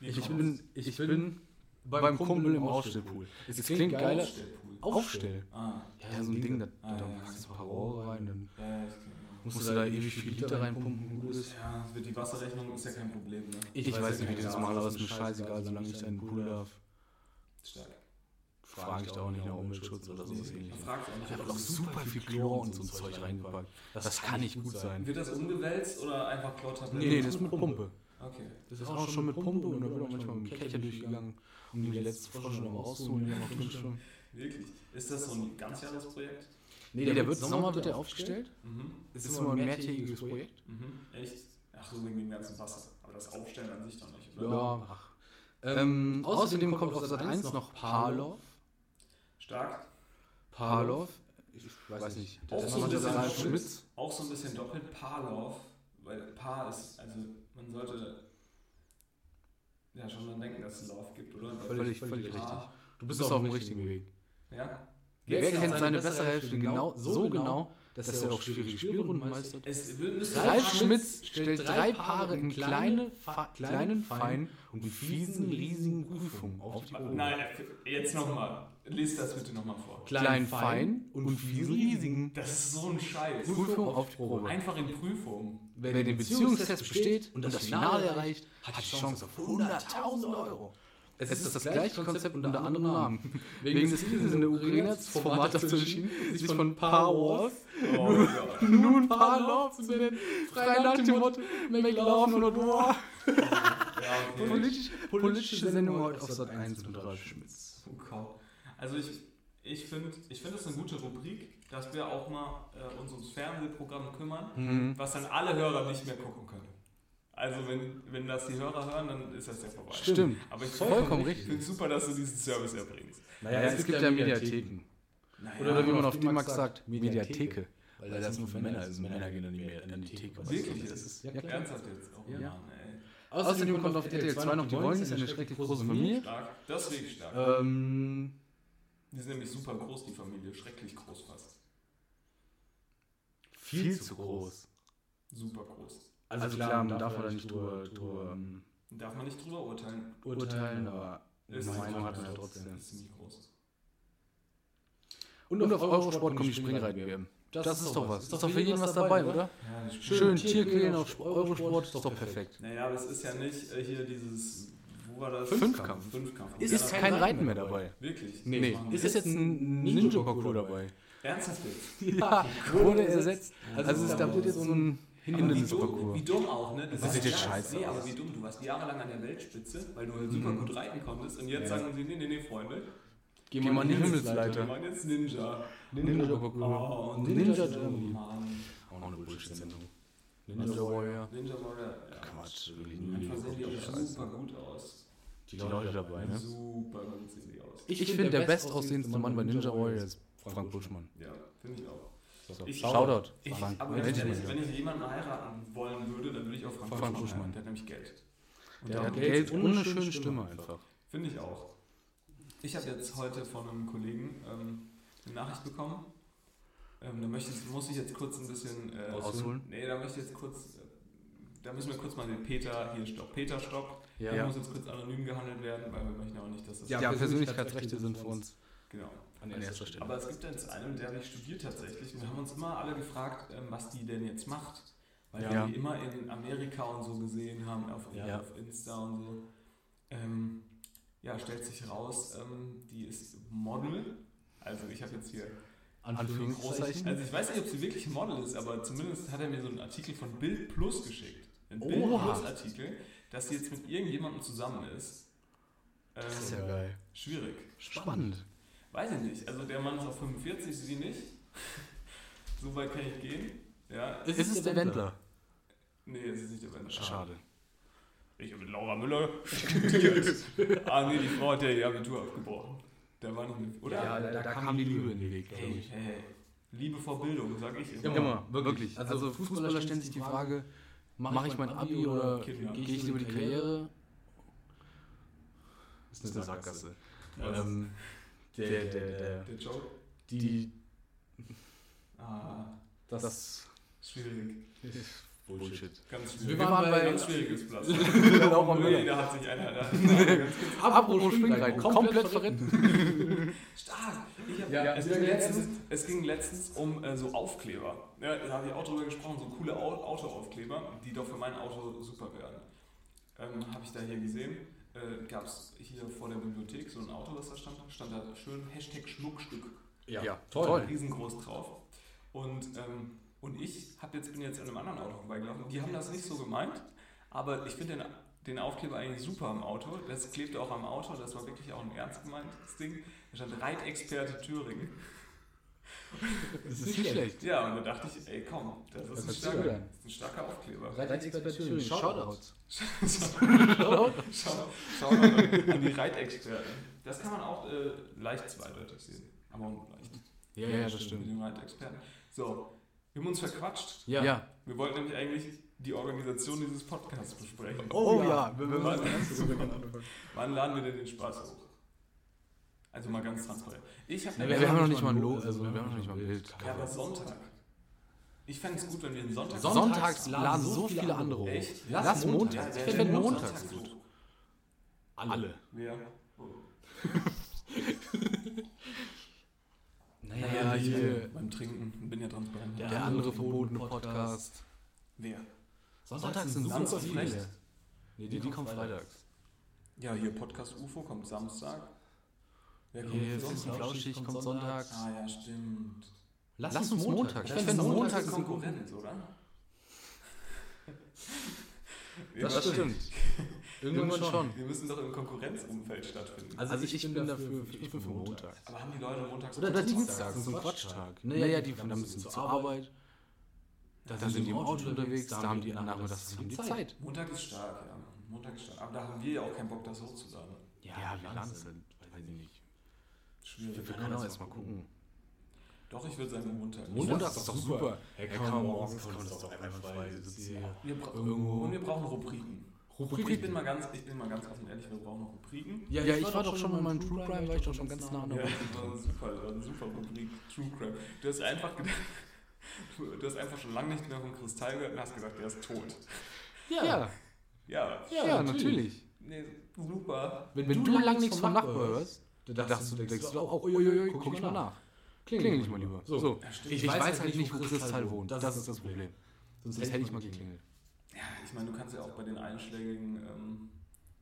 C: Wir
E: ich,
C: kommen
E: bin, ich bin beim Kumpel im Aufstellpool. Es klingt geiler,
C: aus der Pool.
E: Aufstell.
C: Ah,
E: Ja, so ein Ding, da
C: Ah,
E: da
C: ja.
E: packst du ein paar Rohre rein, dann...
C: ja, das klingt gut.
E: Musst du da ewig viel Liter reinpumpen, gutes?
C: ja, wird die Wasserrechnung ist ja kein Problem, ne?
E: Ich, weiß nicht, wie das normal aber ist mir scheißegal, solange ich deinen Pool darf.
C: Stark.
E: Frage ich da auch nicht nach Umweltschutz oder so was
C: Man
E: ähnliches.
C: fragt auch nicht,
E: Da
C: ob
E: wird auch
C: das
E: super viel Chlor und so ein Zeug reingepackt. Das kann nicht gut sein.
C: Wird das umgewälzt oder einfach Chlortabletten?
E: Nee, nee, das ist mit Pumpe.
C: Okay.
E: Das ist auch schon mit Pumpe und da wird auch manchmal mit dem Kecher durchgegangen, um die letzte Flasche nochmal rauszuholen, die da noch drin schwimmt.
C: Wirklich? Ist das so ein Ganzjahresprojekt?
E: Nee, der wird Sommer wird der aufgestellt.
C: Mhm.
E: Es ist immer ein mehrtägiges Projekt.
C: Mhm. Echt? Ach so, wegen dem ganzen Wasser. Aber das Aufstellen an sich doch nicht, oder?
E: Ja. ach. Ähm, außerdem kommt auf Sat 1 noch Parlov.
C: Stark.
E: Parlov. Ich weiß nicht.
C: Auch
E: Das
C: so
E: macht
C: ein
E: der
C: bisschen
E: Ralf
C: doppelt-
E: Schmitz.
C: Auch so ein bisschen doppelt Paarlauf, weil Paar ist, also man sollte ja schon dann denken, dass es einen Lauf gibt, oder?
E: Völlig, völlig richtig.
C: Paar.
E: Du bist, auf dem richtigen Weg.
C: Ja.
E: Wer,
C: Geht's
E: kennt
C: noch?
E: seine bessere Hälfte genau, so genau, dass, er auch schwierige Spielrunden meistert?
C: Es wir müssen
E: Ralf Schmitz stellt drei Paare in kleine, fa kleinen, feinen und fiesen, riesigen Prüfungen auf die Probe.
C: Nein, jetzt nochmal. Lies das bitte nochmal vor.
E: Kleinen, feinen und fiesen, riesigen
C: Das ist so ein Scheiß.
E: Prüfungen auf die Probe.
C: Einfach in Prüfung.
E: Wer den Beziehungstest besteht und das Finale erreicht, hat die Chance auf 100.000 Euro. Es, ist, das, gleiche Konzept unter anderem Namen. Wegen, des Krieges in der Ukraine hat das Format dazu entschieden, sich von Paar Wars
C: Oh Gott.
E: nun Paar Love zu nennen. Frei nach dem Motto Make Love Not War.
C: Ja, okay.
E: Politisch, politische Sendung heute auf Sat 1 mit Ralf Schmitz.
C: Wow. Oh Also ich, ich finde ich find das eine gute Rubrik, dass wir auch mal äh, uns ums Fernsehprogramm kümmern,
E: Mhm.
C: was dann alle Hörer nicht mehr gucken können. Also wenn, wenn das die Hörer hören, dann ist das ja vorbei.
E: Stimmt.
C: Aber ich finde
E: Vollkommen
C: ich
E: richtig.
C: finde super, dass du diesen Service erbringst.
F: Naja,
E: es, gibt ja Mediatheken.
C: Naja,
E: Oder wie man auf D-Max sagt, Mediatheke. Weil das nur für Männer ist. Männer gehen dann nicht mehr an die Theke.
C: Wirklich,
F: Das ist ja klar.
C: ernsthaft jetzt. Oh
E: Ja.
C: Mann, ey.
E: Außerdem kommt auf RTL 2 noch die Wollnis, eine schrecklich große Familie.
C: Stark. Das ist wirklich
E: Äh,
C: stark.
E: Ähm,
C: Die sind nämlich super groß, die Familie. Schrecklich groß fast.
E: viel zu groß.
C: Super groß.
F: Also,
E: Also klar, man darf da nicht drüber, drüber ähm,
C: Darf man nicht drüber urteilen.
E: urteilen, aber
C: Ist
E: eine Meinung
C: ziemlich
E: hat man ja
C: groß.
E: trotzdem.
C: Ist ziemlich groß.
F: Und
E: Und auf
F: auf
E: Eurosport
F: Eurosport
E: kommt die
F: Springreiten.
E: Springreiten-WM.
F: Das,
E: Das ist doch was. Ist doch für jeden was dabei, oder?
C: Ja, das
E: Schön, Tierquälen auf Eurosport ist doch perfekt.
C: Naja, aber es ist ja nicht äh, hier dieses. Wo war das?
E: Fünfkampf.
C: Fünfkampf.
E: Es ist kein Reiten mehr dabei.
C: Wirklich?
E: Nee,
C: machen
E: es
C: wir.
E: ist jetzt ein Ninja-Parcours dabei.
C: Ernsthaft jetzt?
E: Ja, wurde ersetzt. Also
C: es
E: es
C: ist
E: gab jetzt so ein
C: Aber wie dumm,
E: Hindernisparcours.
C: wie dumm auch, ne? Du warst-
E: sieht jetzt
C: ja,
E: scheiße Mhm.
C: Nee, aber wie dumm, du warst jahrelang an der Weltspitze, weil du halt super gut reiten konntest und jetzt sagen sie, nee, nee, nee, Freunde,
E: Geh mal in die
C: wir
E: Himmelsleiter.
C: machen jetzt Ninja.
E: Ninja-Parcours.
C: Oh, und
E: Ninja
C: Ninja
E: Germany.
C: Mann.
E: Auch eine Bullshit-Sendung. Ninja Warrior.
C: Ninja Warrior, ja.
E: Quatsch.
C: Manchmal sehen die auch super gut aus.
E: Die Leute dabei, ne?
C: Super gut sehen die aus.
E: Ich finde, der bestaussehendste Mann bei Ninja Warrior ist Frank Buschmann.
C: Ja, finde ich auch. Ich-
E: Shoutout.
C: Ich,
E: Frank.
C: aber
E: Mensch,
C: ganz ehrlich,
E: Mensch.
C: wenn ich jemanden heiraten wollen würde, dann würde ich auch Frank,
E: Frank
C: Buschmann.
E: Buschmann.
C: heiraten. Der hat nämlich Geld. Und
E: Der
C: darum
E: hat
C: geht's
E: Geld
C: mir.
E: und eine schöne Stimme einfach.
C: Finde ich auch. Ich habe jetzt heute von einem Kollegen ähm, eine Nachricht bekommen. Ähm, da möchte ich, muss ich jetzt kurz ein bisschen äh,
E: Ausholen?
C: Nee, da möchte ich jetzt kurz. äh, Da müssen wir kurz mal den Peter hier stopp. Peter stopp.
E: Ja.
C: Der muss jetzt kurz anonym gehandelt werden, weil wir möchten auch nicht, dass das.
E: Ja, Persönlichkeitsrechte sind für uns
C: Genau.
E: an erster Stelle.
C: Aber es gibt jetzt einen, der nicht studiert tatsächlich. Und wir haben uns immer alle gefragt, ähm, was die denn jetzt macht. Weil
E: Ja.
C: wir die immer in Amerika und so gesehen haben, auf,
E: Ja.
C: auf Insta und so. Ähm, ja, stellt sich raus, ähm, die ist Model. Also ich habe jetzt hier Großzeichen.
E: Anführungszeichen.
C: Also ich weiß nicht, ob sie wirklich Model ist, aber zumindest hat er mir so einen Artikel von Bild Plus geschickt. Ein
E: Oha.
C: Bild Plus Artikel, dass sie jetzt mit irgendjemandem zusammen ist. Ähm,
E: Das ist ja geil.
C: schwierig.
E: Spannend.
C: Weiß ich nicht. Also der Mann ist auf 45, sie nicht. so weit kann ich gehen. Ja.
E: Ist es der Wendler?
C: Nee, es ist nicht der Mann.
E: Schade.
C: Ich habe mit Laura Müller studiert. ah nee, die Frau hat ja ihr Abitur abgebrochen. Der war nicht mit, oder?
E: Ja, da, da kam die Liebe in den Weg, glaube
C: Hey,
E: ich.
C: hey. Liebe vor Bildung, sag ich immer.
E: Immer, wirklich. Also Fußballer stellen sich die Frage, mache ich mein Abi oder
C: Kinder?
E: gehe ich lieber die Karriere? Das ist eine Sackgasse. Ähm, der, der, der,
C: Der Joke?
E: die,
C: Ah,
E: das
C: schwierig.
E: Bullshit.
C: Ganz schwierig.
E: Wir waren bei-
C: ganz schwieriges Platz.
E: Laura
C: nee,
E: Müller.
C: da hat sich einer. Da hat sich einer ganz
E: Genau, Apropos Springreiten, komplett verrennt.
C: Stark! Ich hab,
E: Ja,
C: es,
E: wieder
C: ging
E: letztens-
C: letztens, es ging letztens um äh, so Aufkleber. Ja, da habe ich auch drüber gesprochen, so coole Au- Autoaufkleber, die doch für mein Auto super wären. Ähm, habe ich da hier gesehen. Äh, Gab es hier vor der Bibliothek so ein Auto, was da stand? Stand da schön Hashtag Schmuckstück
E: Ja,
C: toll.
E: toll.
C: riesengroß drauf. Und, ähm, und ich hab jetzt, bin jetzt an einem anderen Auto vorbeigelaufen. Die haben das nicht so gemeint, aber ich finde den, den Aufkleber eigentlich super am Auto. Das klebte auch am Auto, das war wirklich auch ein ernst gemeintes Ding. Da stand Reitexperte Thüringen.
E: Das ist nicht schlecht.
C: Ja, und da dachte ich, ey komm, das ist, ein,
E: hört sich gut
C: starker,
E: an.
C: das ist ein starker Aufkleber.
E: Reitexpertin, Shoutouts.
C: Schau, schau mal an die Reitexperten. Das kann man auch äh, leicht zweideutig sehen. Aber auch leicht.
E: Ja, ja, das
C: Mit
E: stimmt. Oh
C: den Reitexperten. So, wir haben uns verquatscht.
E: Ja.
C: Wir wollten nämlich eigentlich die Organisation dieses Podcasts besprechen.
E: Oh ja.
C: Wann, wann laden wir denn den Spaß hoch? Also mal ganz transparent. Ich habe
E: Wir haben noch nicht mal ein Logo, also wir haben noch nicht mal ein Bild.
C: ja, aber Sonntag. Ich fände es gut, wenn wir einen Sonntag.
E: Sonntags laden so viele andere hoch.
C: Echt?
E: Lass
C: Ja,
E: montags.
C: wer
E: Ich
C: denn
E: finde montags
C: sonntags
E: gut.
C: hoch?
E: Alle.
C: Wer?
E: Naja, hier
C: Beim Trinken bin ja transparent.
E: der andere verbotene Podcast.
C: Wer?
E: Sonntags sind
C: Lanz
E: super
C: und Brecht.
E: viele. Nee, die, die kommen freitags.
C: Ja, hier Podcast UFO kommt Samstag. Wer kommt
E: Hier, Fest und
C: Sonntag?
E: Flauschig kommt sonntags.
C: Ah ja, stimmt.
E: Lass, uns Montag. Ich finde Montag
C: ist
E: ist ein guter.
C: Konkurrenz, oder?
E: Das stimmt. Irgendwann schon.
C: Wir müssen doch im Konkurrenzumfeld stattfinden.
E: Also, ich, bin dafür, ich bin für Montag.
C: Aber haben die Leute montags
E: Oder
C: Dienstag?
E: Dienstag, so ein Quatschtag. Naja, ja, die fahren dann müssen zur Arbeit. Da sind die im Auto unterwegs, da haben die nachmittags haben die Zeit.
C: Montag ist stark, ja. Montag ist stark. Aber da haben wir ja auch keinen Bock, das hochzuladen.
E: Ja, wie lange sind? Weiß ich nicht.
C: Schwierig.
E: Wir können auch erstmal gucken.
C: Doch, ich würde sagen Montag.
E: Montag ist doch super.
F: Ja, kann man morgens kann man das doch einfach frei sitzen. hier.
C: Wir bra- Und wir brauchen Rubriken. Rubriken. Ich bin mal ganz, ich bin mal ganz offen und ehrlich, wir brauchen noch Rubriken.
E: Ja, ich, war doch schon mal meinem True Crime, war ich doch schon ganz nah an
C: Ja,
E: der
C: das war eine super, das war eine super Rubrik. True Crime. Du hast einfach gedacht, du, du hast einfach schon lange nicht mehr vom Kristall gehört und hast gesagt, der ist tot.
E: Ja,
C: Ja,
E: ja, natürlich.
C: nee, super.
E: Wenn, du lang nichts vom Nachbar hörst, dann denkst du, denkst du auch, oh, uiuiui, guck ich mal nach. Klingel ich mal lieber. So. Ich, weiß halt nicht, wo Kristall wohnt. Das ist das Problem. Sonst hätte ich mal geklingelt.
C: Ich meine, du kannst ja auch bei den einschlägigen ähm,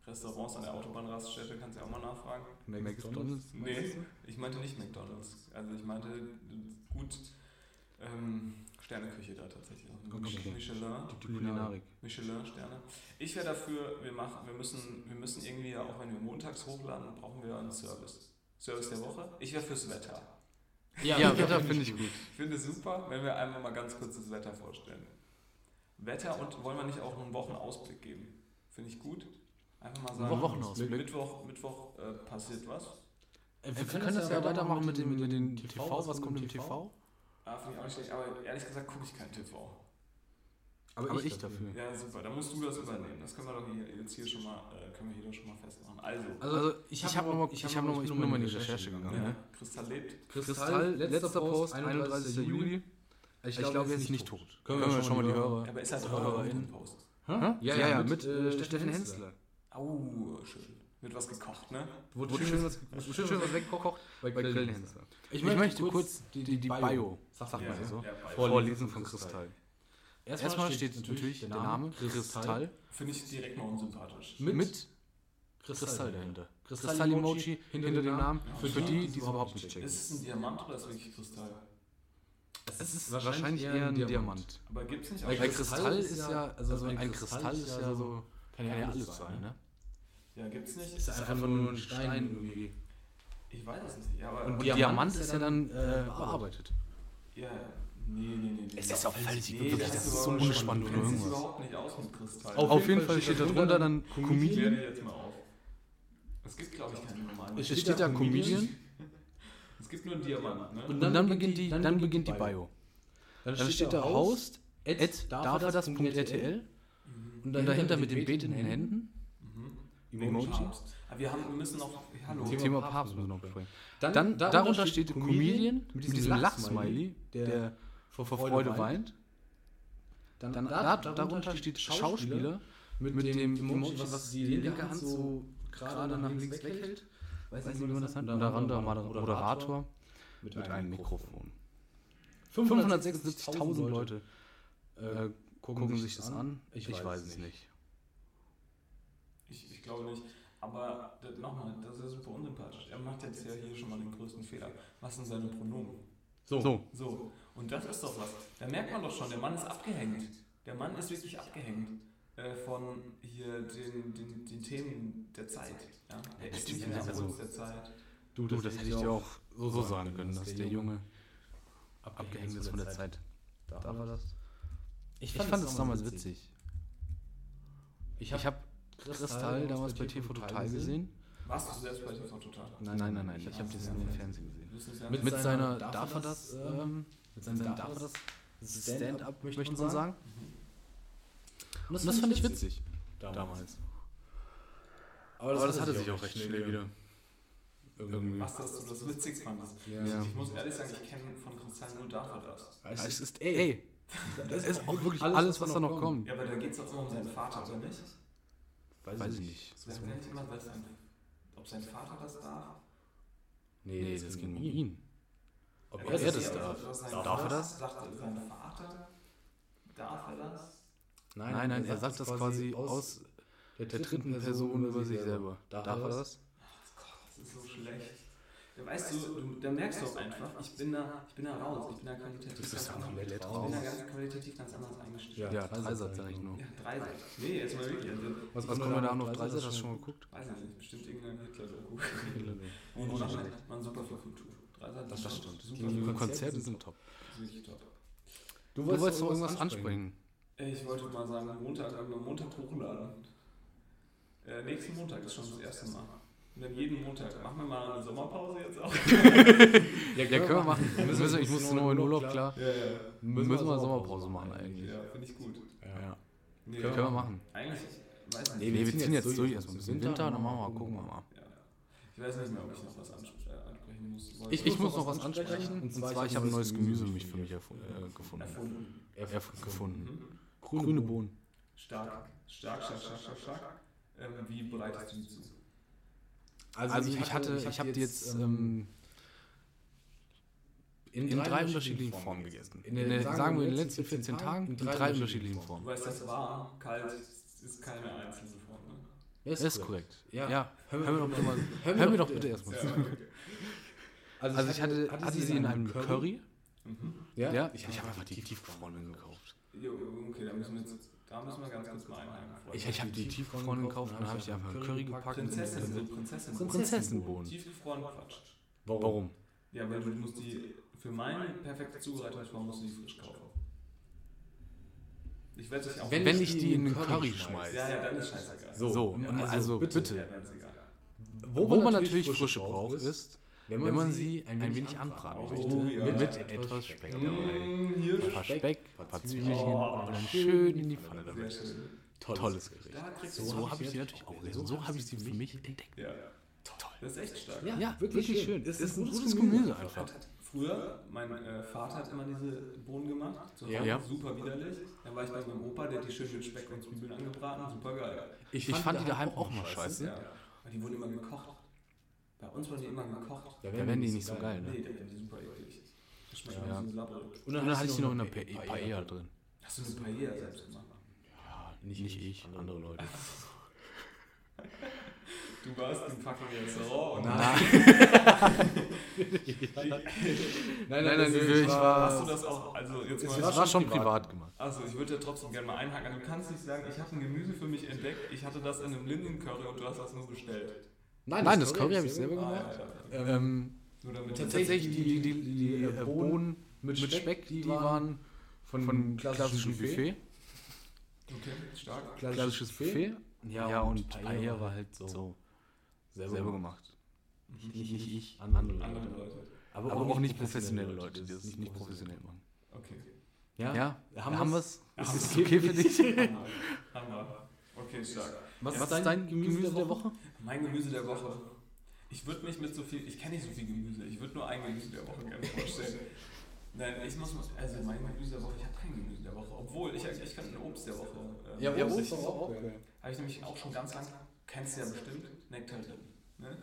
C: Restaurants an der Autobahnraststätte kannst ja auch mal nachfragen.
E: McDonalds?
C: Nee, ich meinte nicht McDonalds. Also ich meinte äh, gut ähm, Sterneküche da tatsächlich. Also
E: Okay.
C: Michelin.
E: Die Kulinarik.
C: Michelin, Sterne. Ich wäre dafür, wir machen, wir müssen, wir müssen irgendwie, auch wenn wir montags hochladen, brauchen wir einen Service. Service der Woche? Ich wäre fürs Wetter.
E: Ja, Wetter finde ich gut.
C: Ich finde es super, wenn wir einmal mal ganz kurz das Wetter vorstellen. Wetter und wollen wir nicht auch einen Wochenausblick geben? Finde ich gut. Einfach mal sagen,
E: Wochenausblick.
C: Mittwoch, Mittwoch äh, passiert was.
E: Wir können, das ja weitermachen mit dem, mit dem TV. Was kommt im TV?
C: Ah, finde ich auch nicht schlecht, aber ehrlich gesagt gucke ich kein TV.
E: Aber ich dafür.
C: Ja, super, dann musst du das übernehmen. Das können wir doch hier, jetzt hier schon mal, äh, können wir hier doch schon mal festmachen. Also,
E: Also, ich habe nochmal, ich habe nochmal, ich bin nochmal in die Recherche gegangen.
C: ja,
E: ne?
C: Kristall lebt.
E: Kristall, letzter Post, 31. Juli. Ich glaube, er ist nicht tot. Können wir schon mal die Hörer.
C: Aber ist halt Hörer in den Post.
E: Hä? Ja, ja, mit äh, Steffen Hensler.
C: Au, schön. Wird was gekocht, ne?
E: Wurde schön was, wurde schön was weggekocht bei Grillen Hensler. Ich, möchte kurz die, die, die Bio, sag mal so,
C: ja, Bio.
E: vorlesen von Kristall. Erstmal steht natürlich der Name Kristall
C: Finde ich direkt mal unsympathisch.
E: mit, Kristall dahinter. Kristall-Emoji hinter, dem Namen, für, die, die es überhaupt nicht checken.
C: Ist es ein Diamant oder ist es wirklich Kristall?
E: Es ist wahrscheinlich eher ein Diamant.
C: Aber gibt es nicht auch
E: Weil Kristall ist ja, also ein Kristall ist ja so, kann ja alles sein, ne?
C: Ja, gibt's nicht.
F: Das ist einfach nur ein Stein irgendwie.
C: Ich weiß es nicht. Ja, aber
E: Und Diamant ist ja dann äh, bearbeitet.
C: ja, nee, nee, nee.
E: Es ist auch völlig
C: nee,
E: wirklich,
C: das,
E: das
C: ist
E: ist
C: so
E: so unspannend
C: Du
E: oder
C: kennst dich
E: irgendwas.
C: überhaupt nicht aus mit Kristall.
E: Auf, jeden Fall steht da drunter dann
C: Ich
E: Comedian.
C: kläre dir jetzt mal auf. Es gibt, glaube ich, keine normalen.
E: Es steht da Comedian.
C: Es gibt nur einen Diamant, ne?
E: Und dann, beginnt die, dann beginnt die Bio. Dann, steht da Host, at darfadas.rtl und dann dahinter mit dem Beet in den Händen. Emoji.
C: Papst. Aber wir, haben, wir müssen noch. Hallo.
E: Thema Papst müssen wir noch besprechen. Dann, darunter steht Comedian mit diesem Lachsmiley, der vor Freude weint. Dann, da, darunter steht Schauspieler mit, dem Emoji, was die linke Hand so gerade nach links weghält. Weiß nicht, wie man das nennt. Dann darunter Moderator mit einem Mikrofon. 576.000 Leute äh, gucken, sich das an. Ich, weiß es nicht.
C: Ich, ich glaube nicht. Aber das- nochmal, das ist super unsympathisch. Er macht jetzt ja hier schon mal den größten Fehler. Was sind seine Pronomen?
E: So.
C: So, und das ist doch was. Da merkt man doch schon, der Mann ist abgehängt. Der Mann ist wirklich abgehängt äh, von hier den, den, den Themen der Zeit. Ja? Er ist nicht mehr der Puls der Zeit.
E: Du, das, hätte ich dir auch so, so sagen können, dass der Junge abgehängt ist von der Zeit. Da war das. Ich fand, es damals witzig. Ich habe Kristall damals bei TV Total gesehen.
C: Warst du selbst bei TV Total?
E: Nein, nein, nein, ich habe das im Fernsehen gesehen.
C: Du bist es ja
E: Mit, mit seiner Darf er das? Ähm, mit seinem Darf er das? Stand-up, möchte man sagen. Und das, fand ich witzig damals. Aber das, hatte sich auch recht schnell wieder. Irgendwie.
C: Was, dass du das witzig fandest. Also,
E: Ja.
C: Ich muss ehrlich sagen, ich kenne von Kristall nur dafür das.
E: Also es ist, ey, das ist auch wirklich alles, was da noch kommt.
C: Ja, aber da geht es auch immer um seinen Vater, oder nicht?
E: Weiß ich nicht.
C: Das wäre nicht immer, weil sein, ob sein Vater das darf.
E: Nee, das ging um ihn. Ob
C: Aber
E: er
C: ist
E: das
C: ja-
E: darf.
C: was sein
E: Darf er das?
C: Sagt sein Vater, darf er das?
E: Nein, nein, er sagt das quasi aus, der dritten Person über sich selber. Darf er
C: Das
E: das?
C: ist so schlecht. Da weißt du, du da merkst du auch einfach, ich bin da, ich bin da raus, ich bin da qualitativ.
F: Du bist
C: ganz
F: da
C: anders.
F: komplett
C: Ich bin da
F: raus.
C: ganz qualitativ ganz anders eingestellt.
F: Ja,
E: Ja,
F: drei Satz
E: Dreisatz eigentlich nur.
C: Ja, drei Seiten. Nee, jetzt mal wirklich. Also,
E: Was, was kommen wir da noch? Dreisatz hast du schon mal geguckt?
C: weiß ich nicht, bestimmt irgendein Hitler-Doku. Und man super für Kultur. Drei Seiten. Das stimmt. Super
F: Die
C: für
F: Konzerte
E: Konzerte
F: sind
E: sind top.
C: Das ist wirklich top.
E: Du wolltest noch irgendwas ansprechen.
C: Äh, Ich wollte mal sagen, Montag, äh, am Montag hochladen. Äh, nächsten Montag ist schon das erste Mal. Und dann jeden Montag. Machen wir mal eine Sommerpause jetzt auch.
E: Ja, können wir machen. Müssen wir- Ich musste nur in Urlaub, klar.
C: Ja, ja.
E: Müssen wir eine Sommerpause machen eigentlich.
C: Ja, finde ich gut.
E: Ja.
C: Nee,
E: Können wir machen.
C: Eigentlich, weiß nicht.
E: Nee, wir ziehen jetzt durch erstmal ein bisschen Winter, dann machen wir mal, gucken wir mal.
C: Ja. Ich weiß nicht mehr, ob ich noch was ansp- äh, ansprechen muss. Wollte.
E: Ich, ich muss noch was ansprechen. Und zwar, ich habe ein neues Gemüse mich für mich erfu- äh, gefunden.
C: Erfunden.
E: Erf gefunden. Grüne Bohnen.
C: Stark. Stark, stark, stark, stark, stark. Ähm, wie bereitest du die zu?
E: Also ich hatte, ich habe die jetzt ähm,
F: in,
E: in drei unterschiedlichen Formen gegessen. In der, sagen wir in den letzten 14 Tagen in drei unterschiedlichen
C: Du
E: Formen.
C: weißt, das war kalt, ist keine einzelne Form. Ne?
F: Das
E: Das ist korrekt.
F: Ja.
E: Ja, hör mir doch bitte mal,
F: hör mir
E: hör mir
F: doch
E: doch bitte
F: bitte.
E: erstmal zu.
F: Also,
E: Also ich hatte, hatte sie in einem Curry.
F: Ja,
E: Ja, ich habe einfach die tiefgefrorenen gekauft.
C: Jo, okay, da müssen wir jetzt, da müssen wir ganz kurz mal einhaken.
E: Ich, ich habe die tiefgefrorenen gekauft und dann habe ich die einfach in Curry gepackt. und-
C: Prinzessin, sind Prinzessin.
E: Prinzessinbohnen.
C: Tiefgefroren Quatsch.
E: Warum?
C: Ja, weil du musst die, für meine perfekte Zubereitungsform musst du die frisch kaufen. Ich werde dich auch...
E: Wenn,
F: Wenn
E: ich die in den Curry schmeiße.
C: ja, ja, dann ist scheißegal.
E: So, und also bitte.
C: Ja, dann ist egal.
E: Wo, man natürlich frische braucht, ist, wenn man, sie ein,
F: wenig
E: wenig anbraten
C: anbraten
E: möchte.
C: möchte.
E: mit,
C: Mit
E: etwas Speck dabei.
C: Mm, hier,
E: Ein paar Speck, ein paar Zwiebelchen und dann schön in die Pfanne
C: sehr
E: damit.
C: schön.
E: Tolles Gericht.
C: Da kriegst du...
E: So habe ich sie natürlich auch gelesen. So habe ich sie für mich entdeckt.
C: Ja, das ist echt stark.
E: Ja, wirklich schön. Es ist ein gutes Gemüse einfach.
C: Hat- Früher, mein äh, Vater hat immer diese Bohnen gemacht, zu Hause,
E: Ja.
C: super widerlich. Dann war ich bei meinem Opa, der hat die schön mit Speck und Zwiebeln angebraten, super geil.
E: Ich fand die daheim auch mal scheiße.
C: Ja. Aber die wurden immer gekocht. Bei uns wurden die immer gekocht.
E: Da wären die nicht so geil, ne?
C: Nee, da werden die super eklig. Das schmeckt ja.
E: Ja.
C: so labberig.
E: Und dann hatte ich die noch in der Pa- Paella drin.
C: Hast du eine Paella selbst gemacht?
E: Nicht ich, andere Leute.
C: Du warst im fucking Restaurant
E: Oh
C: und
E: Nein, nein, nein, ich war.
C: hast du das auch, also jetzt mal...
E: Es war schon privat gemacht.
C: Also ich würde ja trotzdem gerne mal einhaken. Also Du kannst nicht sagen, ich habe ein Gemüse für mich entdeckt, ich hatte das in einem Lindencurry und du hast das nur bestellt. Ah,
E: Nein, das Curry habe ich selber gemacht. Ähm,
C: Nur damit
E: tatsächlich, die, die, die, die äh, Bohnen mit, mit Speck, die waren von, von klassischem Buffet.
C: Okay, stark.
E: Klassisches Buffet. Ja, und Paella war halt so, selber, gemacht. Nicht, nicht ich, andere Leute.
C: Andere Leute.
E: Aber, auch, nicht professionelle Leute, die das nicht, nicht professionell machen.
C: Okay.
E: Ja, haben, wir es.
C: Haben
E: Ist okay für dich?
C: Hammer. Hammer. Okay, stark.
E: Was ist dein Gemüse der Woche?
C: Mein Gemüse der Woche. Ich würde mich mit so viel, ich kenne nicht so viel Gemüse, ich würde nur ein Gemüse der Woche gerne vorstellen. Nein, ich muss, also mein Gemüse der Woche, ich habe kein Gemüse der Woche, obwohl, ich, ich kann ein Obst der Woche. äh,
E: Ja,
C: Obst
E: Obst
C: auch Habe ich nämlich auch schon ganz lang, kennst du ja bestimmt, Nektarinen. Ne?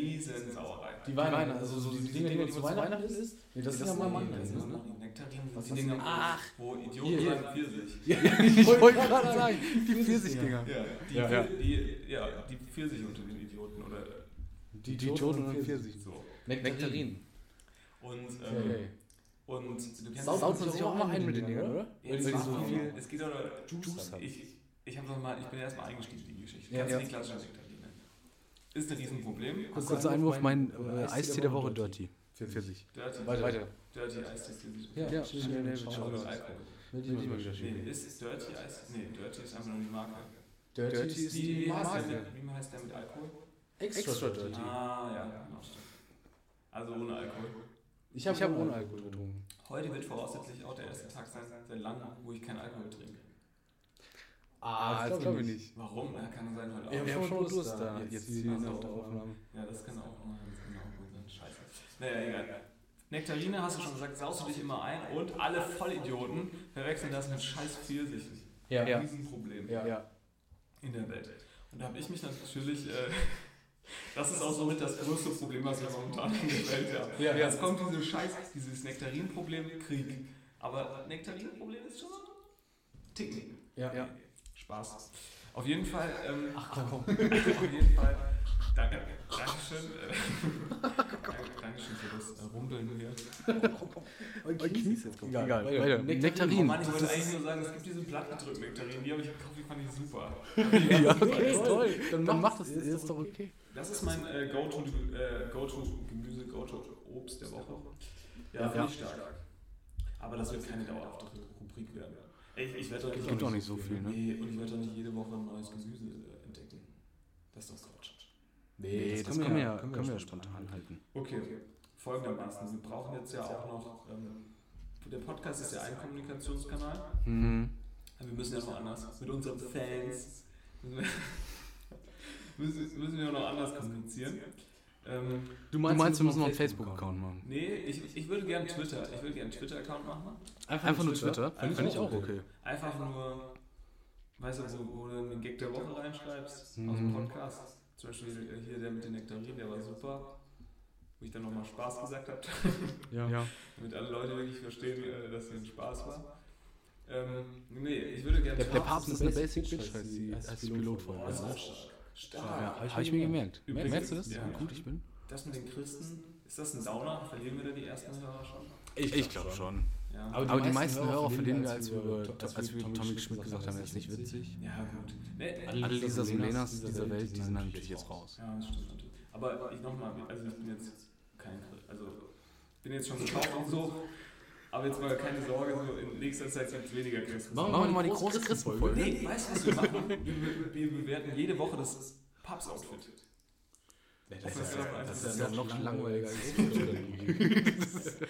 C: Riesensauerei.
F: Die Weihnachten, also so die Dinge, die man zu Weihnachten isst. Nee, das sind ja mal
C: Das
F: Mandeln.
C: sind
F: ne?
C: die Nektarinen, sind die Dinger, wo Idioten
E: Hier.
C: sagen Pfirsich.
E: Ich wollte gerade sagen, die Pfirsichdinger.
C: Ja, die,
E: Ja. Ja.
C: Die, ja, die Pfirsich unter den Idioten oder
E: Die Toten und Pfirsich.
C: so.
E: Nektarinen.
C: Und, ähm,
F: Okay.
C: und du kennst
E: Saut man sich auch immer ein mit den Dingern, oder?
C: Jetzt
E: Weil die
C: mach
E: so
C: mal.
E: viel
C: es geht oder
E: Juice haben.
C: ich, ich habe noch mal, ich bin erstmal eingestiegen in die Geschichte.
F: Ja,
C: Kannst
F: ja.
C: du die klassische Nektarine? Ist ein Riesenproblem.
E: Kurz- Kurzer Einwurf, mein äh, Eistee der Woche Dirty. Pfirsich.
C: Dirty, Dirty Eis ist dieses.
E: Ja, schnell, David, schau.
C: Mit Alkohol. Nee, ist es Dirty Eis? Nee, Dirty ist einfach nur die Marke.
F: Dirty ist die
C: heißt der
F: Marke.
C: mit, wie heißt der mit Alkohol?
F: Extra Dirty.
C: Ah, ja, genau. stimmt. Also ohne Alkohol.
F: Ich habe ohne Alkohol getrunken.
C: Heute wird voraussichtlich auch der erste Tag sein, seit langem, wo ich keinen Alkohol trinke.
F: Ah, das glaube ich nicht.
C: Warum? Ja, kann sein heute
F: Ich
C: Abend.
F: habe schon Lust da.
C: Jetzt
F: Jetzt
C: hier
F: die
C: nach der
F: nächste Aufnahme.
C: Ja, das kann auch mal das kann auch gut sein. Scheiße. Naja, egal. Nektarine, hast du schon gesagt, saust du dich immer ein und alle Vollidioten verwechseln das mit scheiß Pfirsichen.
F: Ja.
C: Ein Riesenproblem
F: Ja. ja.
C: in der Welt. Und da habe ich mich natürlich, äh, das ist auch somit das größte Problem, was wir momentan in der Welt haben.
F: Ja, ja.
C: Jetzt kommt diese scheiß, dieses Nektarinproblem, Krieg. Aber Nektarinproblem ist schon so ein Ticken.
F: Ja.
C: Spaß. Auf jeden Fall. Ähm, Ach komm, komm. Auf jeden Fall. Danke. Dankeschön. äh, danke- Dankeschön für das äh, Rumpeln hier.
E: Egal, weiter.
C: Oh
E: Nektarinen.
C: Mann, ich wollte eigentlich nur sagen, es gibt diese plattgedrückten Nektarinen. Die habe ich gekauft, die fand ich super.
E: Ja, ist toll. Dann, mach das, ist, doch okay.
C: Das ist mein äh, Go-To-Gemüse, äh, Go-To-Gemüse, Go-To-Obst der Woche. Ja, finde ich stark. Aber das wird keine dauerhafte Rubrik werden. Ich, ich werde doch nicht,
E: Gibt auch nicht so viel, ne?
C: Nee, und ich werde doch nicht jede Woche ein neues Gemüse äh, entdecken. Das ist doch Quatsch.
E: Nee, das können wir ja, können wir ja spontan halten.
C: Okay, folgendermaßen. Wir brauchen jetzt ja auch noch. Ähm, der Podcast ist ja ein Kommunikationskanal.
E: Mhm.
C: Wir müssen ja noch anders. Mit unseren Fans müssen, müssen wir noch anders kommunizieren. Ähm,
E: Du meinst, wir müssen noch einen Facebook-Account machen?
C: nee, ich, ich würde gerne Twitter. Ich würde gerne einen Twitter-Account machen.
E: Einfach, nur Twitter? Finde ich, auch okay.
C: Einfach nur, weißt du, wo, wo du einen Gag der Woche reinschreibst aus dem Podcast. Zum Beispiel äh, hier der mit den Nektarinen, der war super. Wo ich dann nochmal Spaß gesagt habe.
E: Ja.
C: Damit alle Leute wirklich verstehen, äh, dass es ein Spaß war. Ähm, nee, ich würde gerne
E: Der, der
C: Twitter-
E: Papst ist eine Basic Bitch, heißt die, heißt die Pilotfolge.
C: Das ist auch stark. Oh, Stark.
E: Ja, habe ich mir gemerkt.
C: Übrigens-
E: Merkst du das,
C: Ja.
E: wie gut ich bin?
C: Das mit den Christen, ist das ein Downer? Verlieren wir da die ersten Hörer schon?
E: Ich, glaube schon.
C: Ja,
F: Aber-
E: Aber die meisten Hörer verlieren wir, als wir, über- als wir Tommy Schmidt gesagt haben, er ist nicht witzig.
C: ja gut. Nee, nee,
E: Alle Lisas und Lenas dieser Welt, die sind natürlich jetzt raus.
C: ja, das stimmt natürlich. Aber ich nochmal, also ich bin jetzt kein Christ. Also bin jetzt schon gekauft und so. Aber jetzt mal keine Sorge, so in nächster Zeit gibt es weniger Christen.
E: Machen wir mal die große Christenfolge.
C: Nee, weißt du, was wir machen? Wir, be- wir bewerten jede Woche das Papstoutfit.
E: Das ist ja- das ist ja noch langweiliger.
C: Das ist